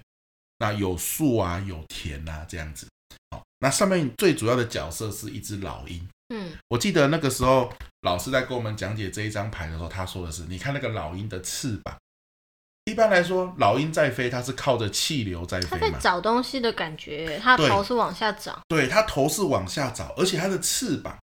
[SPEAKER 1] 那有树啊，有田啊，这样子。好，那上面最主要的角色是一只老鹰。
[SPEAKER 2] 嗯
[SPEAKER 1] 我记得那个时候老师在跟我们讲解这一张牌的时候，他说的是：你看那个老鹰的翅膀，一般来说，老鹰在飞，它是靠着气流在
[SPEAKER 2] 他
[SPEAKER 1] 飞
[SPEAKER 2] 在
[SPEAKER 1] 嘛，
[SPEAKER 2] 找东西的感觉，他
[SPEAKER 1] 对
[SPEAKER 2] 的头是往下找，
[SPEAKER 1] 对，它头是往下找，而且它的翅膀，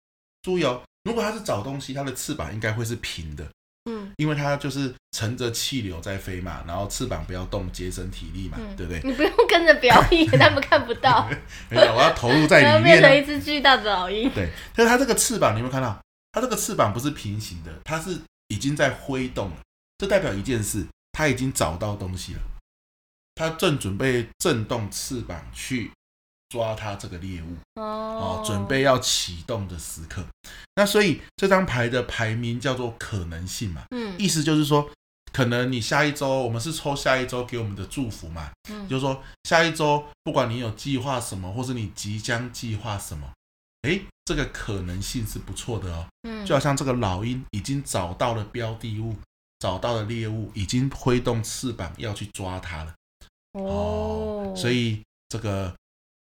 [SPEAKER 1] 注意哦，如果它是找东西，它的翅膀应该会是平的，
[SPEAKER 2] 嗯
[SPEAKER 1] 因为它就是乘着气流在飞嘛，然后翅膀不要动，节省体力嘛，
[SPEAKER 2] 嗯，
[SPEAKER 1] 对不对？
[SPEAKER 2] 你不用跟着表 演，他们看不到，
[SPEAKER 1] 没有，我要投入在
[SPEAKER 2] 然
[SPEAKER 1] 里
[SPEAKER 2] 后变
[SPEAKER 1] 面
[SPEAKER 2] 成
[SPEAKER 1] 啊
[SPEAKER 2] 一只巨大的老鹰，
[SPEAKER 1] 对，但是它这个翅膀，你有没有看到？它这个翅膀不是平行的，它是已经在挥动了。这代表一件事，它已经找到东西了，它正准备震动翅膀去抓它这个猎物
[SPEAKER 2] 哦
[SPEAKER 1] 哦，准备要启动的时刻。那所以这张牌的牌名叫做可能性嘛，
[SPEAKER 2] 嗯
[SPEAKER 1] 意思就是说，可能你下一周我们是抽下一周给我们的祝福嘛，
[SPEAKER 2] 嗯
[SPEAKER 1] 就是说下一周不管你有计划什么，或是你即将计划什么，诶，这个可能性是不错的哦。
[SPEAKER 2] 嗯
[SPEAKER 1] 就好像这个老鹰已经找到了标的物，找到了猎物，已经挥动翅膀要去抓它了。
[SPEAKER 2] 哦，
[SPEAKER 1] 所以这个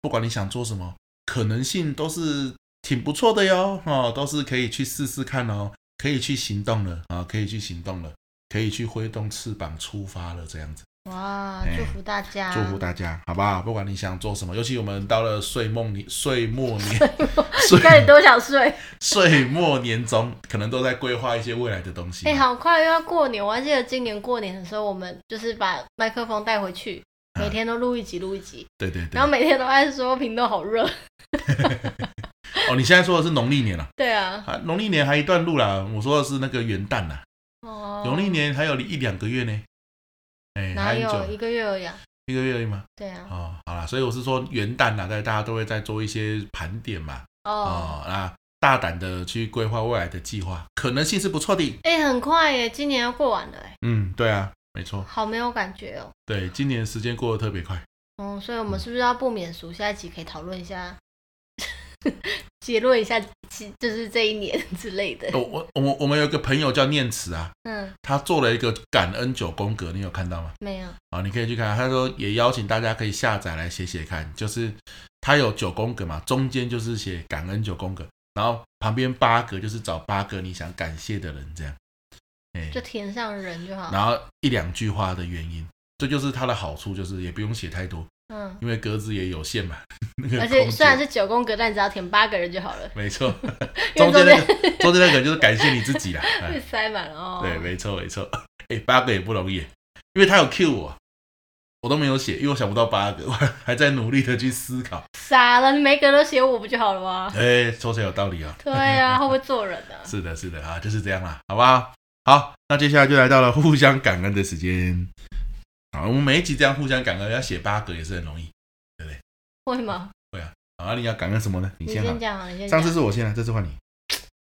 [SPEAKER 1] 不管你想做什么，可能性都是挺不错的哟，哦，都是可以去试试看哦，可以去行动了啊、可以去行动了，可以去挥动翅膀出发了，这样子。
[SPEAKER 2] 哇，
[SPEAKER 1] 哎
[SPEAKER 2] 祝福大家，
[SPEAKER 1] 祝福大家，好不好？不管你想做什么，尤其我们到了岁末年、岁末 年、岁
[SPEAKER 2] 家里都 想睡，
[SPEAKER 1] 岁末年终，可能都在规划一些未来的东西
[SPEAKER 2] 哎、
[SPEAKER 1] 嘛。
[SPEAKER 2] 好快又要过年！我还记得今年过年的时候，我们就是把麦克风带回去，
[SPEAKER 1] 嗯
[SPEAKER 2] 每天都录一集，录一集，
[SPEAKER 1] 对对对
[SPEAKER 2] 然。后每天都爱说屏东好热。
[SPEAKER 1] 哦，你现在说的是农历年了
[SPEAKER 2] 对啊，
[SPEAKER 1] 啊？农历年还一段路啦，我说的是那个元旦啦，
[SPEAKER 2] 哦，
[SPEAKER 1] 农历年还有一两个月呢。哎，
[SPEAKER 2] 哪
[SPEAKER 1] 还很
[SPEAKER 2] 有一
[SPEAKER 1] 久，
[SPEAKER 2] 个月而已、啊？
[SPEAKER 1] 一个月而已嘛。
[SPEAKER 2] 对啊，
[SPEAKER 1] 哦，好啦，所以我是说元旦啦，大大家都会在做一些盘点嘛。
[SPEAKER 2] 哦，
[SPEAKER 1] 哦，那大胆的去规划未来的计划，可能性是不错的。
[SPEAKER 2] 哎、很快耶，今年要过完了哎，
[SPEAKER 1] 嗯，对啊，没错。
[SPEAKER 2] 好没有感觉哦。
[SPEAKER 1] 对，今年时间过得特别快。
[SPEAKER 2] 嗯，所以我们是不是要不免俗？下一集可以讨论一下， 结论一下，其就是这一年之类的。
[SPEAKER 1] 我哦我我我们有个朋友叫念慈啊，
[SPEAKER 2] 嗯，
[SPEAKER 1] 他做了一个感恩九宫格，你有看到吗？
[SPEAKER 2] 没有，
[SPEAKER 1] 啊，你可以去看。他说也邀请大家可以下载来写写看，就是他有九宫格嘛，中间就是写感恩九宫格，然后旁边八格就是找八个你想感谢的人这样，哎、
[SPEAKER 2] 就填上人就好。
[SPEAKER 1] 然后一两句话的原因，这就是它的好处，就是也不用写太多，
[SPEAKER 2] 嗯，
[SPEAKER 1] 因为格子也有限嘛。 那个
[SPEAKER 2] 而且
[SPEAKER 1] 空
[SPEAKER 2] 虽然
[SPEAKER 1] 间
[SPEAKER 2] 是九宫格，但只要填八个人就好了。
[SPEAKER 1] 没错，
[SPEAKER 2] 因
[SPEAKER 1] 中间
[SPEAKER 2] 为中
[SPEAKER 1] 那 个中间那个就是感谢你自己啦。 哎
[SPEAKER 2] 被塞满了哦。
[SPEAKER 1] 对，没错没错。 哎、八个也不容易，因为他有 Q 我，我都没有写，因为我想不到八个，我 还在努力的去思 考。
[SPEAKER 2] 傻了，你每个都写我不就好了吗？
[SPEAKER 1] 哎、说起来有道理啊、
[SPEAKER 2] 对啊，会不会做人啊？
[SPEAKER 1] 是的，是的啊，就是这样啦，好不好？好，那接下来就来到了互相感恩的时间。好，我们每一集这样互相感恩，要写八个也是很容易。
[SPEAKER 2] 会吗？
[SPEAKER 1] 好，那你要感恩什么呢？你
[SPEAKER 2] 你
[SPEAKER 1] 先好
[SPEAKER 2] 先。讲啊，你先
[SPEAKER 1] 上次
[SPEAKER 2] 讲，
[SPEAKER 1] 是我先来，这次换你，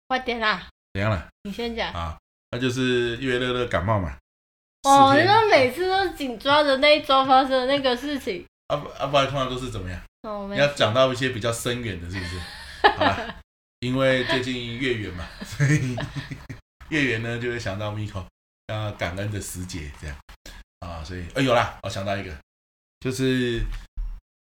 [SPEAKER 2] 快点啦，
[SPEAKER 1] 怎样了？
[SPEAKER 2] 你先讲。
[SPEAKER 1] 啊，那就是月月乐乐感冒嘛。
[SPEAKER 2] 哦，
[SPEAKER 1] 四
[SPEAKER 2] 你
[SPEAKER 1] 天
[SPEAKER 2] 说每次都紧抓着那一周发生的那个事情。
[SPEAKER 1] 啊不啊，不然通常都是怎么样？
[SPEAKER 2] 哦，没
[SPEAKER 1] 你要讲到一些比较深远的，是不是？好啦， 因为最近月圆嘛，所以月圆呢就会想到 Miko 呃感恩的时节这样啊，所以呃有啦，我想到一个，就是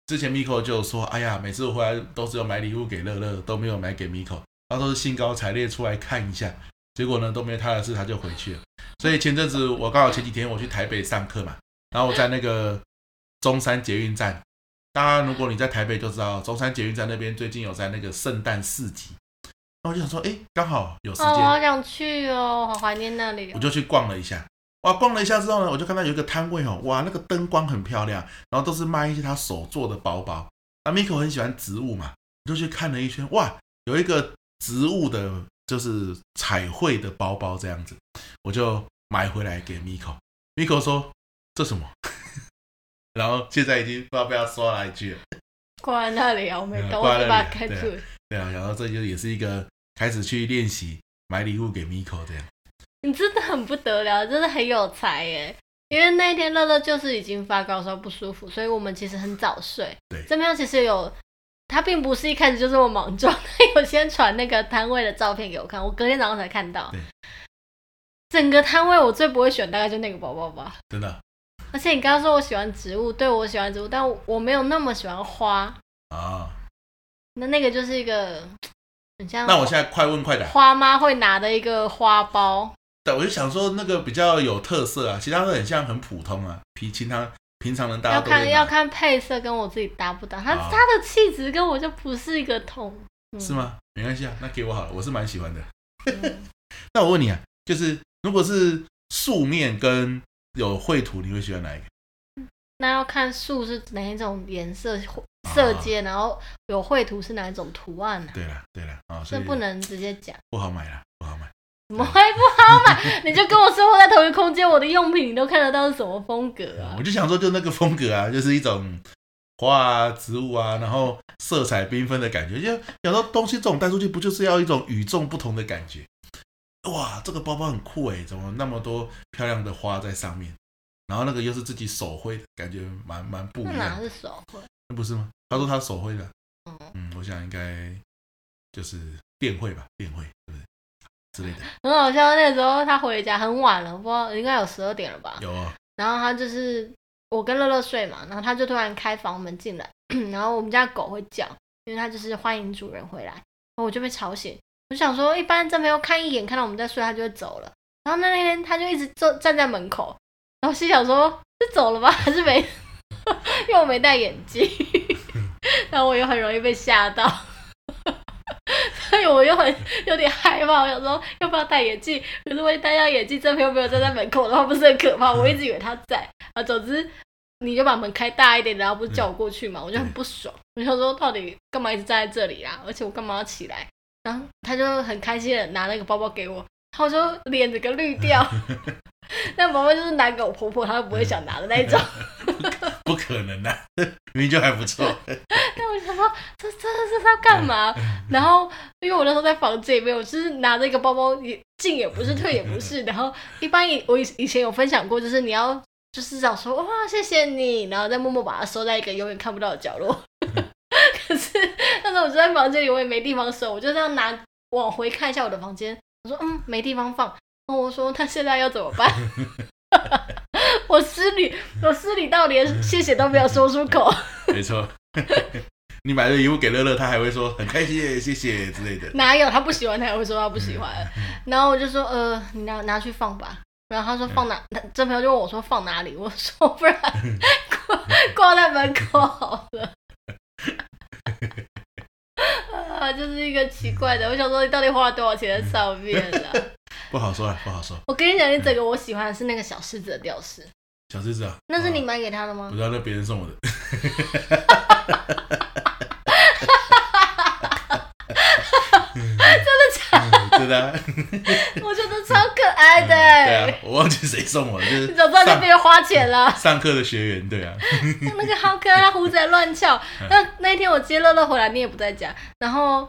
[SPEAKER 1] 之前 Miko 就说，哎呀，每次我回来都只有买礼物给乐乐，都没有买给 Miko，他都是兴高采烈出来看一下，结果呢都没他的事，他就回去了。所以前阵子我刚好前几天我去台北上课嘛，然后我在那个中山捷运站，大家如果你在台北就知道，中山捷运站那边最近有在那个圣诞市集，那我就想说，哎，刚好有时
[SPEAKER 2] 哦，我
[SPEAKER 1] 间，
[SPEAKER 2] 好想去哦，好怀念那里、
[SPEAKER 1] 我
[SPEAKER 2] 哦。
[SPEAKER 1] 就去逛了一下。哇，逛了一下之后呢，我就看到有一个摊位哦，哇，那个灯光很漂亮，然后都是卖一些他手做的包包。那 Miko 很喜欢植物嘛，我就去看了一圈，哇，有一个植物的，就是彩绘的包包这样子，我就买回来给 Miko。Miko 说这什么？ 然后现在已经不知道被他刷哪一句了。
[SPEAKER 2] 挂在那里啊，我没
[SPEAKER 1] 嗯
[SPEAKER 2] 动，
[SPEAKER 1] 挂
[SPEAKER 2] 我
[SPEAKER 1] 在
[SPEAKER 2] 就把
[SPEAKER 1] 那
[SPEAKER 2] 它
[SPEAKER 1] 里
[SPEAKER 2] 盖住
[SPEAKER 1] 对。对啊，然后这就也是一个开始去练习买礼物给 Miko 这样。
[SPEAKER 2] 你真的很不得了，真的很有才耶！因为那一天乐乐就是已经发高烧不舒服，所以我们其实很早睡。
[SPEAKER 1] 对
[SPEAKER 2] 这边其实有，他并不是一开始就这么莽撞，他 有先传那个摊位的照片给我看，我隔天早上才看到
[SPEAKER 1] 对。
[SPEAKER 2] 整个摊位我最不会选，大概就那个包包吧。
[SPEAKER 1] 真的
[SPEAKER 2] 而且你刚刚说我喜欢植物，对我喜欢植物，但我我没有那么喜欢花。
[SPEAKER 1] 啊，
[SPEAKER 2] 那那个就是一个很像
[SPEAKER 1] 那我现在快问快答。
[SPEAKER 2] 花妈会拿的一个花包，
[SPEAKER 1] 对，我就想说那个比较有特色啊，其他都很像很普通啊，平平常平常人大家
[SPEAKER 2] 要
[SPEAKER 1] 都会
[SPEAKER 2] 看
[SPEAKER 1] 拿
[SPEAKER 2] 要看配色跟我自己搭不搭，它
[SPEAKER 1] 好
[SPEAKER 2] 它的气质跟我就不是一个同，嗯
[SPEAKER 1] 是？吗？没关系啊，那给我好了，我是蛮喜欢的。
[SPEAKER 2] 嗯
[SPEAKER 1] 那我问你啊，就是如果是素面跟有绘图，你会喜欢哪一个？
[SPEAKER 2] 那要看树是哪一种颜色色
[SPEAKER 1] 啊
[SPEAKER 2] 阶，然后有绘图是哪一种图案呢、啊？
[SPEAKER 1] 对啦，对啦，啊、所
[SPEAKER 2] 这
[SPEAKER 1] 以
[SPEAKER 2] 不能直接讲，
[SPEAKER 1] 不好买啦，不好买。
[SPEAKER 2] 怎么会不好 买？你就跟我生活在同一个空间，我的用品你都看得到是什么风格啊
[SPEAKER 1] 嗯我？就想说，就那个风格啊，就是一种花啊、植物啊，然后色彩缤纷的感觉。就想到东西这种带出去，不就是要一种与众不同的感觉？哇，这个包包很酷哎，怎么那么多漂亮的花在上面？然后那个又是自己手绘的，感觉蛮蛮不
[SPEAKER 2] 那
[SPEAKER 1] 一
[SPEAKER 2] 哪
[SPEAKER 1] 样，
[SPEAKER 2] 是手绘？
[SPEAKER 1] 不是吗？他说他手绘的，
[SPEAKER 2] 嗯，
[SPEAKER 1] 嗯，我想应该就是电绘吧，电绘是不是之类的？
[SPEAKER 2] 很好笑。那时候他回家很晚了，不知道应该有十二点了吧？
[SPEAKER 1] 有哦，
[SPEAKER 2] 然后他就是我跟乐乐睡嘛，然后他就突然开房门进来， 然后我们家狗会叫，因为它就是欢迎主人回来，然后我就被吵醒。我就想说，一般这朋友看一眼看到我们在睡，他就会走了。然后那天他就一直坐站在门口，然后心想说是走了吗？ 还是没？因为我没戴眼镜， 然后我又很容易被吓到。所以我又很有点害怕，我想说要不要戴眼镜？可是万一戴上眼镜，这朋友没有站在门口的话，不是很可怕？我一直以为他在啊。总之，你就把门开大一点，然后不是叫我过去嘛，我就很不爽。我想说，到底干嘛一直站在这里啊？而且我干嘛要起来？然后他就很开心的拿那个包包给我，然后我就脸整个绿掉。 那包包就是拿给我婆婆，她都不会想拿的那一种。
[SPEAKER 1] 不可能啊， 明明就还不错。
[SPEAKER 2] 但我想说，这这这是要干嘛？然后因为我那时候在房间里面，我就是拿着一个包包，也进也不是，退也不是。然后一般以我以以前有分享过，就是你要就是想说哇谢谢你，然后再默默把它收在一个永远看不到的角落。可是那时候我就在房间里，我也没地方收，我就这样拿往回看一下我的房间，我说嗯没地方放。然后我说那现在要怎么办？ 我失礼，我失礼到连谢谢都没有说出口。
[SPEAKER 1] 没错， 你买了礼物给乐乐，他还会说很开心耶，谢谢之类的。
[SPEAKER 2] 哪有他不喜欢，他也会说他不喜欢。
[SPEAKER 1] 嗯
[SPEAKER 2] 然后我就说，呃，你拿拿去放吧。然后他说放哪？他这朋友就问我说放哪里？我说 不然挂挂在门口好了。啊，就是一个奇怪的，我想说你到底花了多少钱在上面 了、
[SPEAKER 1] 不好说啊，不好说。
[SPEAKER 2] 我跟你讲，你整个我喜欢的是那个小狮子的吊饰，
[SPEAKER 1] 小狮子啊，
[SPEAKER 2] 那是你
[SPEAKER 1] 啊
[SPEAKER 2] 买给他的
[SPEAKER 1] 我
[SPEAKER 2] 吗
[SPEAKER 1] 不？知道那别人送我的，
[SPEAKER 2] 真 的假
[SPEAKER 1] 真的、啊。
[SPEAKER 2] 的？我觉得超可爱 的、欸
[SPEAKER 1] 对啊，我忘记谁送我了，就是
[SPEAKER 2] 你早知道就
[SPEAKER 1] 上
[SPEAKER 2] 不用花钱了。
[SPEAKER 1] 上课的学员，对啊，
[SPEAKER 2] 那个浩哥他胡子还乱翘。那那一天我接乐乐回来，你也不在家，然后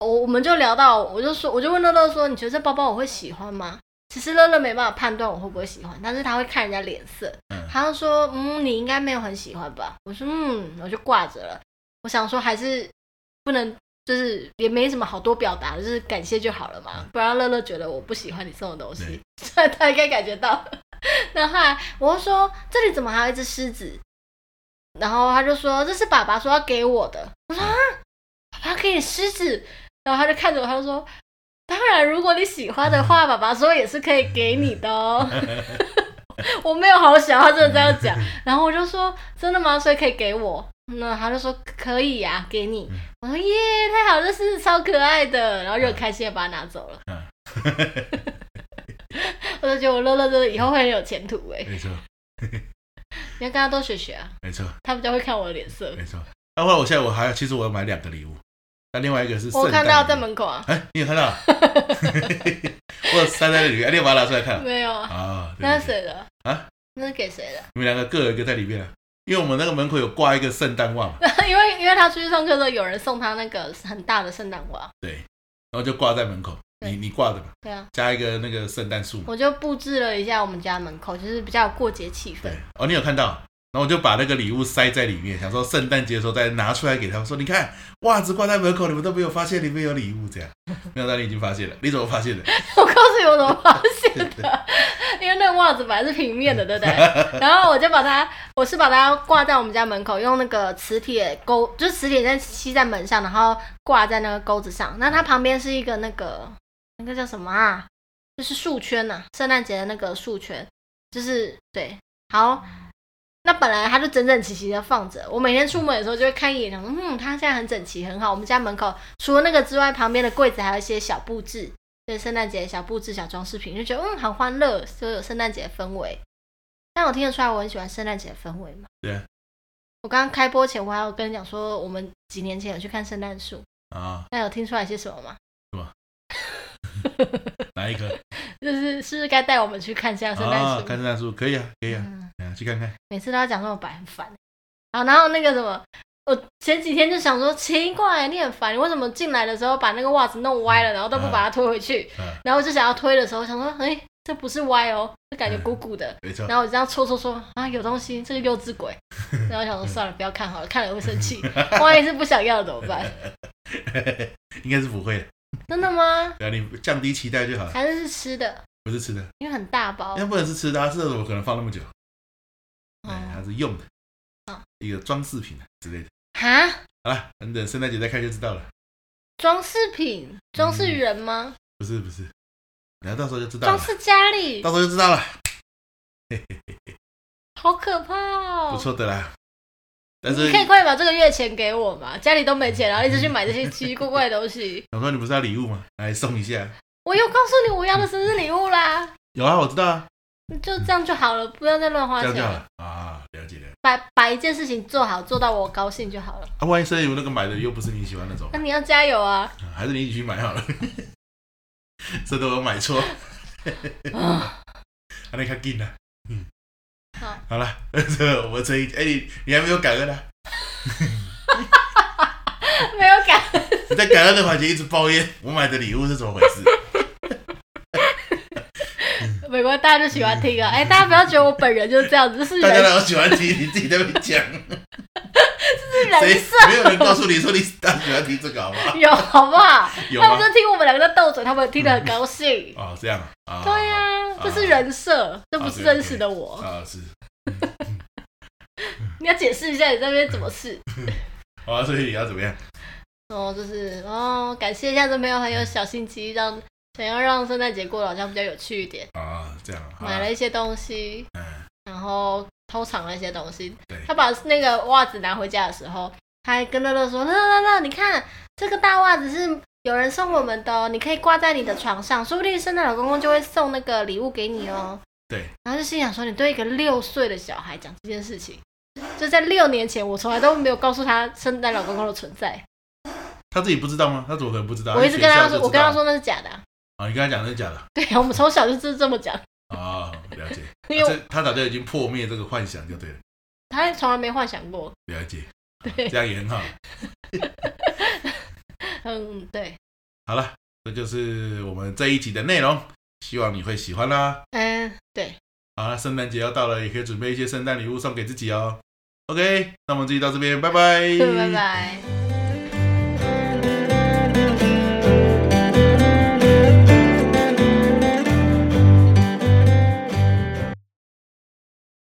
[SPEAKER 2] 我我们就聊到，我就说，我就问乐乐说，你觉得这包包我会喜欢吗？其实乐乐没办法判断我会不会喜欢，但是他会看人家脸色
[SPEAKER 1] 嗯，
[SPEAKER 2] 他就说，嗯，你应该没有很喜欢吧？我说，嗯，我就挂着了。我想说还是不能，就是也没什么好多表达的，就是感谢就好了嘛。不然乐乐觉得我不喜欢你送的东西，他 他应该感觉到。然后后来我就说这里怎么还有一只狮子？然后他就说这是爸爸说要给我的。我说啊，爸爸给你狮子？然后他就看着我，他就说当然如果你喜欢的话，爸爸说也是可以给你的哦。我没有好想，他真的这样讲。然后我就说真的吗？所以可以给我？那他就说可以呀、给你。我说耶，太好了，这狮子超可爱的，然后就很开心的把它拿走了。嗯我就觉得我乐乐真的以后会很有前途哎，
[SPEAKER 1] 没错，
[SPEAKER 2] 你要跟他多学学啊，
[SPEAKER 1] 没错，
[SPEAKER 2] 他比较会看我的脸色。
[SPEAKER 1] 没错。那后来我现在我还其实我要买两个礼物，那另外一个是
[SPEAKER 2] 我
[SPEAKER 1] 圣诞
[SPEAKER 2] 看到
[SPEAKER 1] 礼物
[SPEAKER 2] 在门口啊，
[SPEAKER 1] 哎，你有看到？ 我有塞在那里，哎，你把它拿出来看啊
[SPEAKER 2] 没有啊，
[SPEAKER 1] 啊。对
[SPEAKER 2] 那
[SPEAKER 1] 对
[SPEAKER 2] 是
[SPEAKER 1] 对
[SPEAKER 2] 谁的
[SPEAKER 1] 啊？
[SPEAKER 2] 那是给谁的？
[SPEAKER 1] 你们两个各有一个在里面啊，因为我们那个门口有挂一个圣诞袜嘛，然
[SPEAKER 2] 因为因为他出去上课的时候，有人送他那个很大的圣诞袜，
[SPEAKER 1] 后就挂在门口，你
[SPEAKER 2] 对
[SPEAKER 1] 你挂的嘛，
[SPEAKER 2] 对啊，
[SPEAKER 1] 加一个那个圣诞树嘛。
[SPEAKER 2] 我就布置了一下我们家门口，就是比较有过节气氛
[SPEAKER 1] 对。，哦，你有看到？然后我就把那个礼物塞在里面，想说圣诞节的时候再拿出来给他们说，你看袜子挂在门口，你们都没有发现里面有礼物， 这样。没有，那你已经发现了，你怎么发现的？
[SPEAKER 2] 我告诉你我怎么发现的，因为那个袜子本来是平面的，对不 对？然后我就把它，我是把它挂在我们家门口，用那个磁铁钩，就是磁铁在吸在门上，然后挂在那个钩子上。那它旁边是一个那个那个叫什么啊？就是束圈呐、圣诞节的那个束圈，就是对，好。那本来它就整整齐齐的放着，我每天出门的时候就会看一眼，想说，嗯，它现在很整齐，很好。我们家门口除了那个之外，旁边的柜子还有一些小布置，对圣诞节的小布置、小装饰品，就觉得嗯很欢乐，就有圣诞节的氛围。但我听得出来我很喜欢圣诞节的氛围嘛？
[SPEAKER 1] 对啊。
[SPEAKER 2] 我刚刚开播前，我还有跟你讲说，我们几年前有去看圣诞树，
[SPEAKER 1] 啊，
[SPEAKER 2] 那有听出来些什么吗？
[SPEAKER 1] 哪一棵？
[SPEAKER 2] 就是是不是该带我们去看一下圣诞
[SPEAKER 1] 啊，
[SPEAKER 2] 树？
[SPEAKER 1] 看圣诞树，可以啊，可以啊，
[SPEAKER 2] 嗯，
[SPEAKER 1] 嗯去看看。
[SPEAKER 2] 每次都要讲这么白，很烦。好，然后那个什么，我前几天就想说，奇怪，你很烦，你为什么进来的时候把那个袜子弄歪了，然后都不把它推回去？
[SPEAKER 1] 嗯
[SPEAKER 2] 然后我就想要推的时候，想说，哎、这不是歪哦，这感觉
[SPEAKER 1] 嗯
[SPEAKER 2] 鼓鼓的。
[SPEAKER 1] 没错，
[SPEAKER 2] 然后我就这样搓搓搓啊，有东西，这个幼稚鬼。然后我想说算了，不要看好了，看了会生 气，万一是不想要的怎么办？
[SPEAKER 1] 应该是不会的。
[SPEAKER 2] 真的吗？
[SPEAKER 1] 对啊，你降低期待就好了，
[SPEAKER 2] 还是是吃的？
[SPEAKER 1] 不是吃的，
[SPEAKER 2] 因为很大包哦
[SPEAKER 1] 那不能是吃的啊，吃的怎么可能放那么久？哎，它
[SPEAKER 2] 哦。
[SPEAKER 1] 是用的
[SPEAKER 2] 哦，
[SPEAKER 1] 一个装饰品啊之类的。
[SPEAKER 2] 哈，
[SPEAKER 1] 好了，等等圣诞节再看就知道了。
[SPEAKER 2] 装饰品，装饰人吗？
[SPEAKER 1] 不是不是，嗯然后到时候就知道
[SPEAKER 2] 装
[SPEAKER 1] 了，
[SPEAKER 2] 饰家里
[SPEAKER 1] 到，时候就知道了，
[SPEAKER 2] 好可怕哦！
[SPEAKER 1] 不错的啦。但是
[SPEAKER 2] 你可以快点把这个月钱给我嘛，家里都没钱，然后一直去买这些奇奇怪怪的东西。
[SPEAKER 1] 我说你不是要礼物吗？来送一下。
[SPEAKER 2] 我又告诉你我要的生日礼物啦，
[SPEAKER 1] 有啊，我知道啊，
[SPEAKER 2] 你就这样就好了，不要再乱花
[SPEAKER 1] 这样
[SPEAKER 2] 钱
[SPEAKER 1] 就好
[SPEAKER 2] 了，
[SPEAKER 1] 了啊。了解了解。
[SPEAKER 2] 把把一件事情做好，做到我高兴就好了。
[SPEAKER 1] 啊，万一生日礼物那个买的又不是你喜欢那种
[SPEAKER 2] 那，你要加油 啊！
[SPEAKER 1] 还是你一起去买好了。 这都有买错，
[SPEAKER 2] 啊，
[SPEAKER 1] 还得看近啊。嗯，
[SPEAKER 2] 好，
[SPEAKER 1] 好了， 这个我们这一哎，你你还没有感恩啊？
[SPEAKER 2] 没有感恩，
[SPEAKER 1] 你在感恩的环节一直抱怨我买的礼物是怎么回 事？
[SPEAKER 2] 美国大家就喜欢听啊。哎、大家不要觉得我本人就是这样子，这是
[SPEAKER 1] 嗯大家
[SPEAKER 2] 人
[SPEAKER 1] 哪有喜欢听？你自己在那边讲，
[SPEAKER 2] 是人
[SPEAKER 1] 谁
[SPEAKER 2] 设，
[SPEAKER 1] 没有人告诉你说你大家喜欢听这个好不 好？
[SPEAKER 2] 有好不好？
[SPEAKER 1] 有
[SPEAKER 2] 他
[SPEAKER 1] 吗
[SPEAKER 2] 们？就听我们两个在斗嘴，他们听得很高兴。
[SPEAKER 1] 哦，这样啊？
[SPEAKER 2] 对呀、
[SPEAKER 1] 啊
[SPEAKER 2] 这是人设，这不是真实的我。
[SPEAKER 1] 啊是。
[SPEAKER 2] 你要解释一下你那边怎么是？
[SPEAKER 1] 好啊，所以你要怎么样？
[SPEAKER 2] 哦，就是哦，感谢一下这朋友很有小心机，让想要让圣诞节过得好像比较有趣一点，
[SPEAKER 1] 啊，这样啊，
[SPEAKER 2] 买了一些东西，
[SPEAKER 1] 嗯
[SPEAKER 2] 然后偷藏了一些东西
[SPEAKER 1] 对。
[SPEAKER 2] 他把那个袜子拿回家的时候，他还跟乐乐说：“乐乐乐，你看这个大袜子是有人送我们的哦，你可以挂在你的床上，说不定圣诞老公公就会送那个礼物给你哦。”
[SPEAKER 1] 对。
[SPEAKER 2] 然后就心想说：“你对一个六岁的小孩讲这件事情，就在六年前，我从来都没有告诉他圣诞老公公的存在。
[SPEAKER 1] 他自己不知道吗？他怎么可能不知道？
[SPEAKER 2] 我一直跟他
[SPEAKER 1] 啊学校就
[SPEAKER 2] 说，
[SPEAKER 1] 知道
[SPEAKER 2] 我跟他说那是假的啊、
[SPEAKER 1] 啊，你跟他讲真的假的
[SPEAKER 2] 对，我们从小就是这么讲，
[SPEAKER 1] 啊？了解，
[SPEAKER 2] 因为
[SPEAKER 1] 这
[SPEAKER 2] 我
[SPEAKER 1] 他早就已经破灭这个幻想就对了，
[SPEAKER 2] 他从来没幻想过。
[SPEAKER 1] 了解，
[SPEAKER 2] 对，
[SPEAKER 1] 这样也很好。
[SPEAKER 2] 嗯，对，
[SPEAKER 1] 好了，这就是我们这一集的内容，希望你会喜欢啦。
[SPEAKER 2] 嗯，对，
[SPEAKER 1] 好了，圣诞节要到了，也可以准备一些圣诞礼物送给自己哦。OK，那我们这集到这边，拜拜，
[SPEAKER 2] 拜。拜。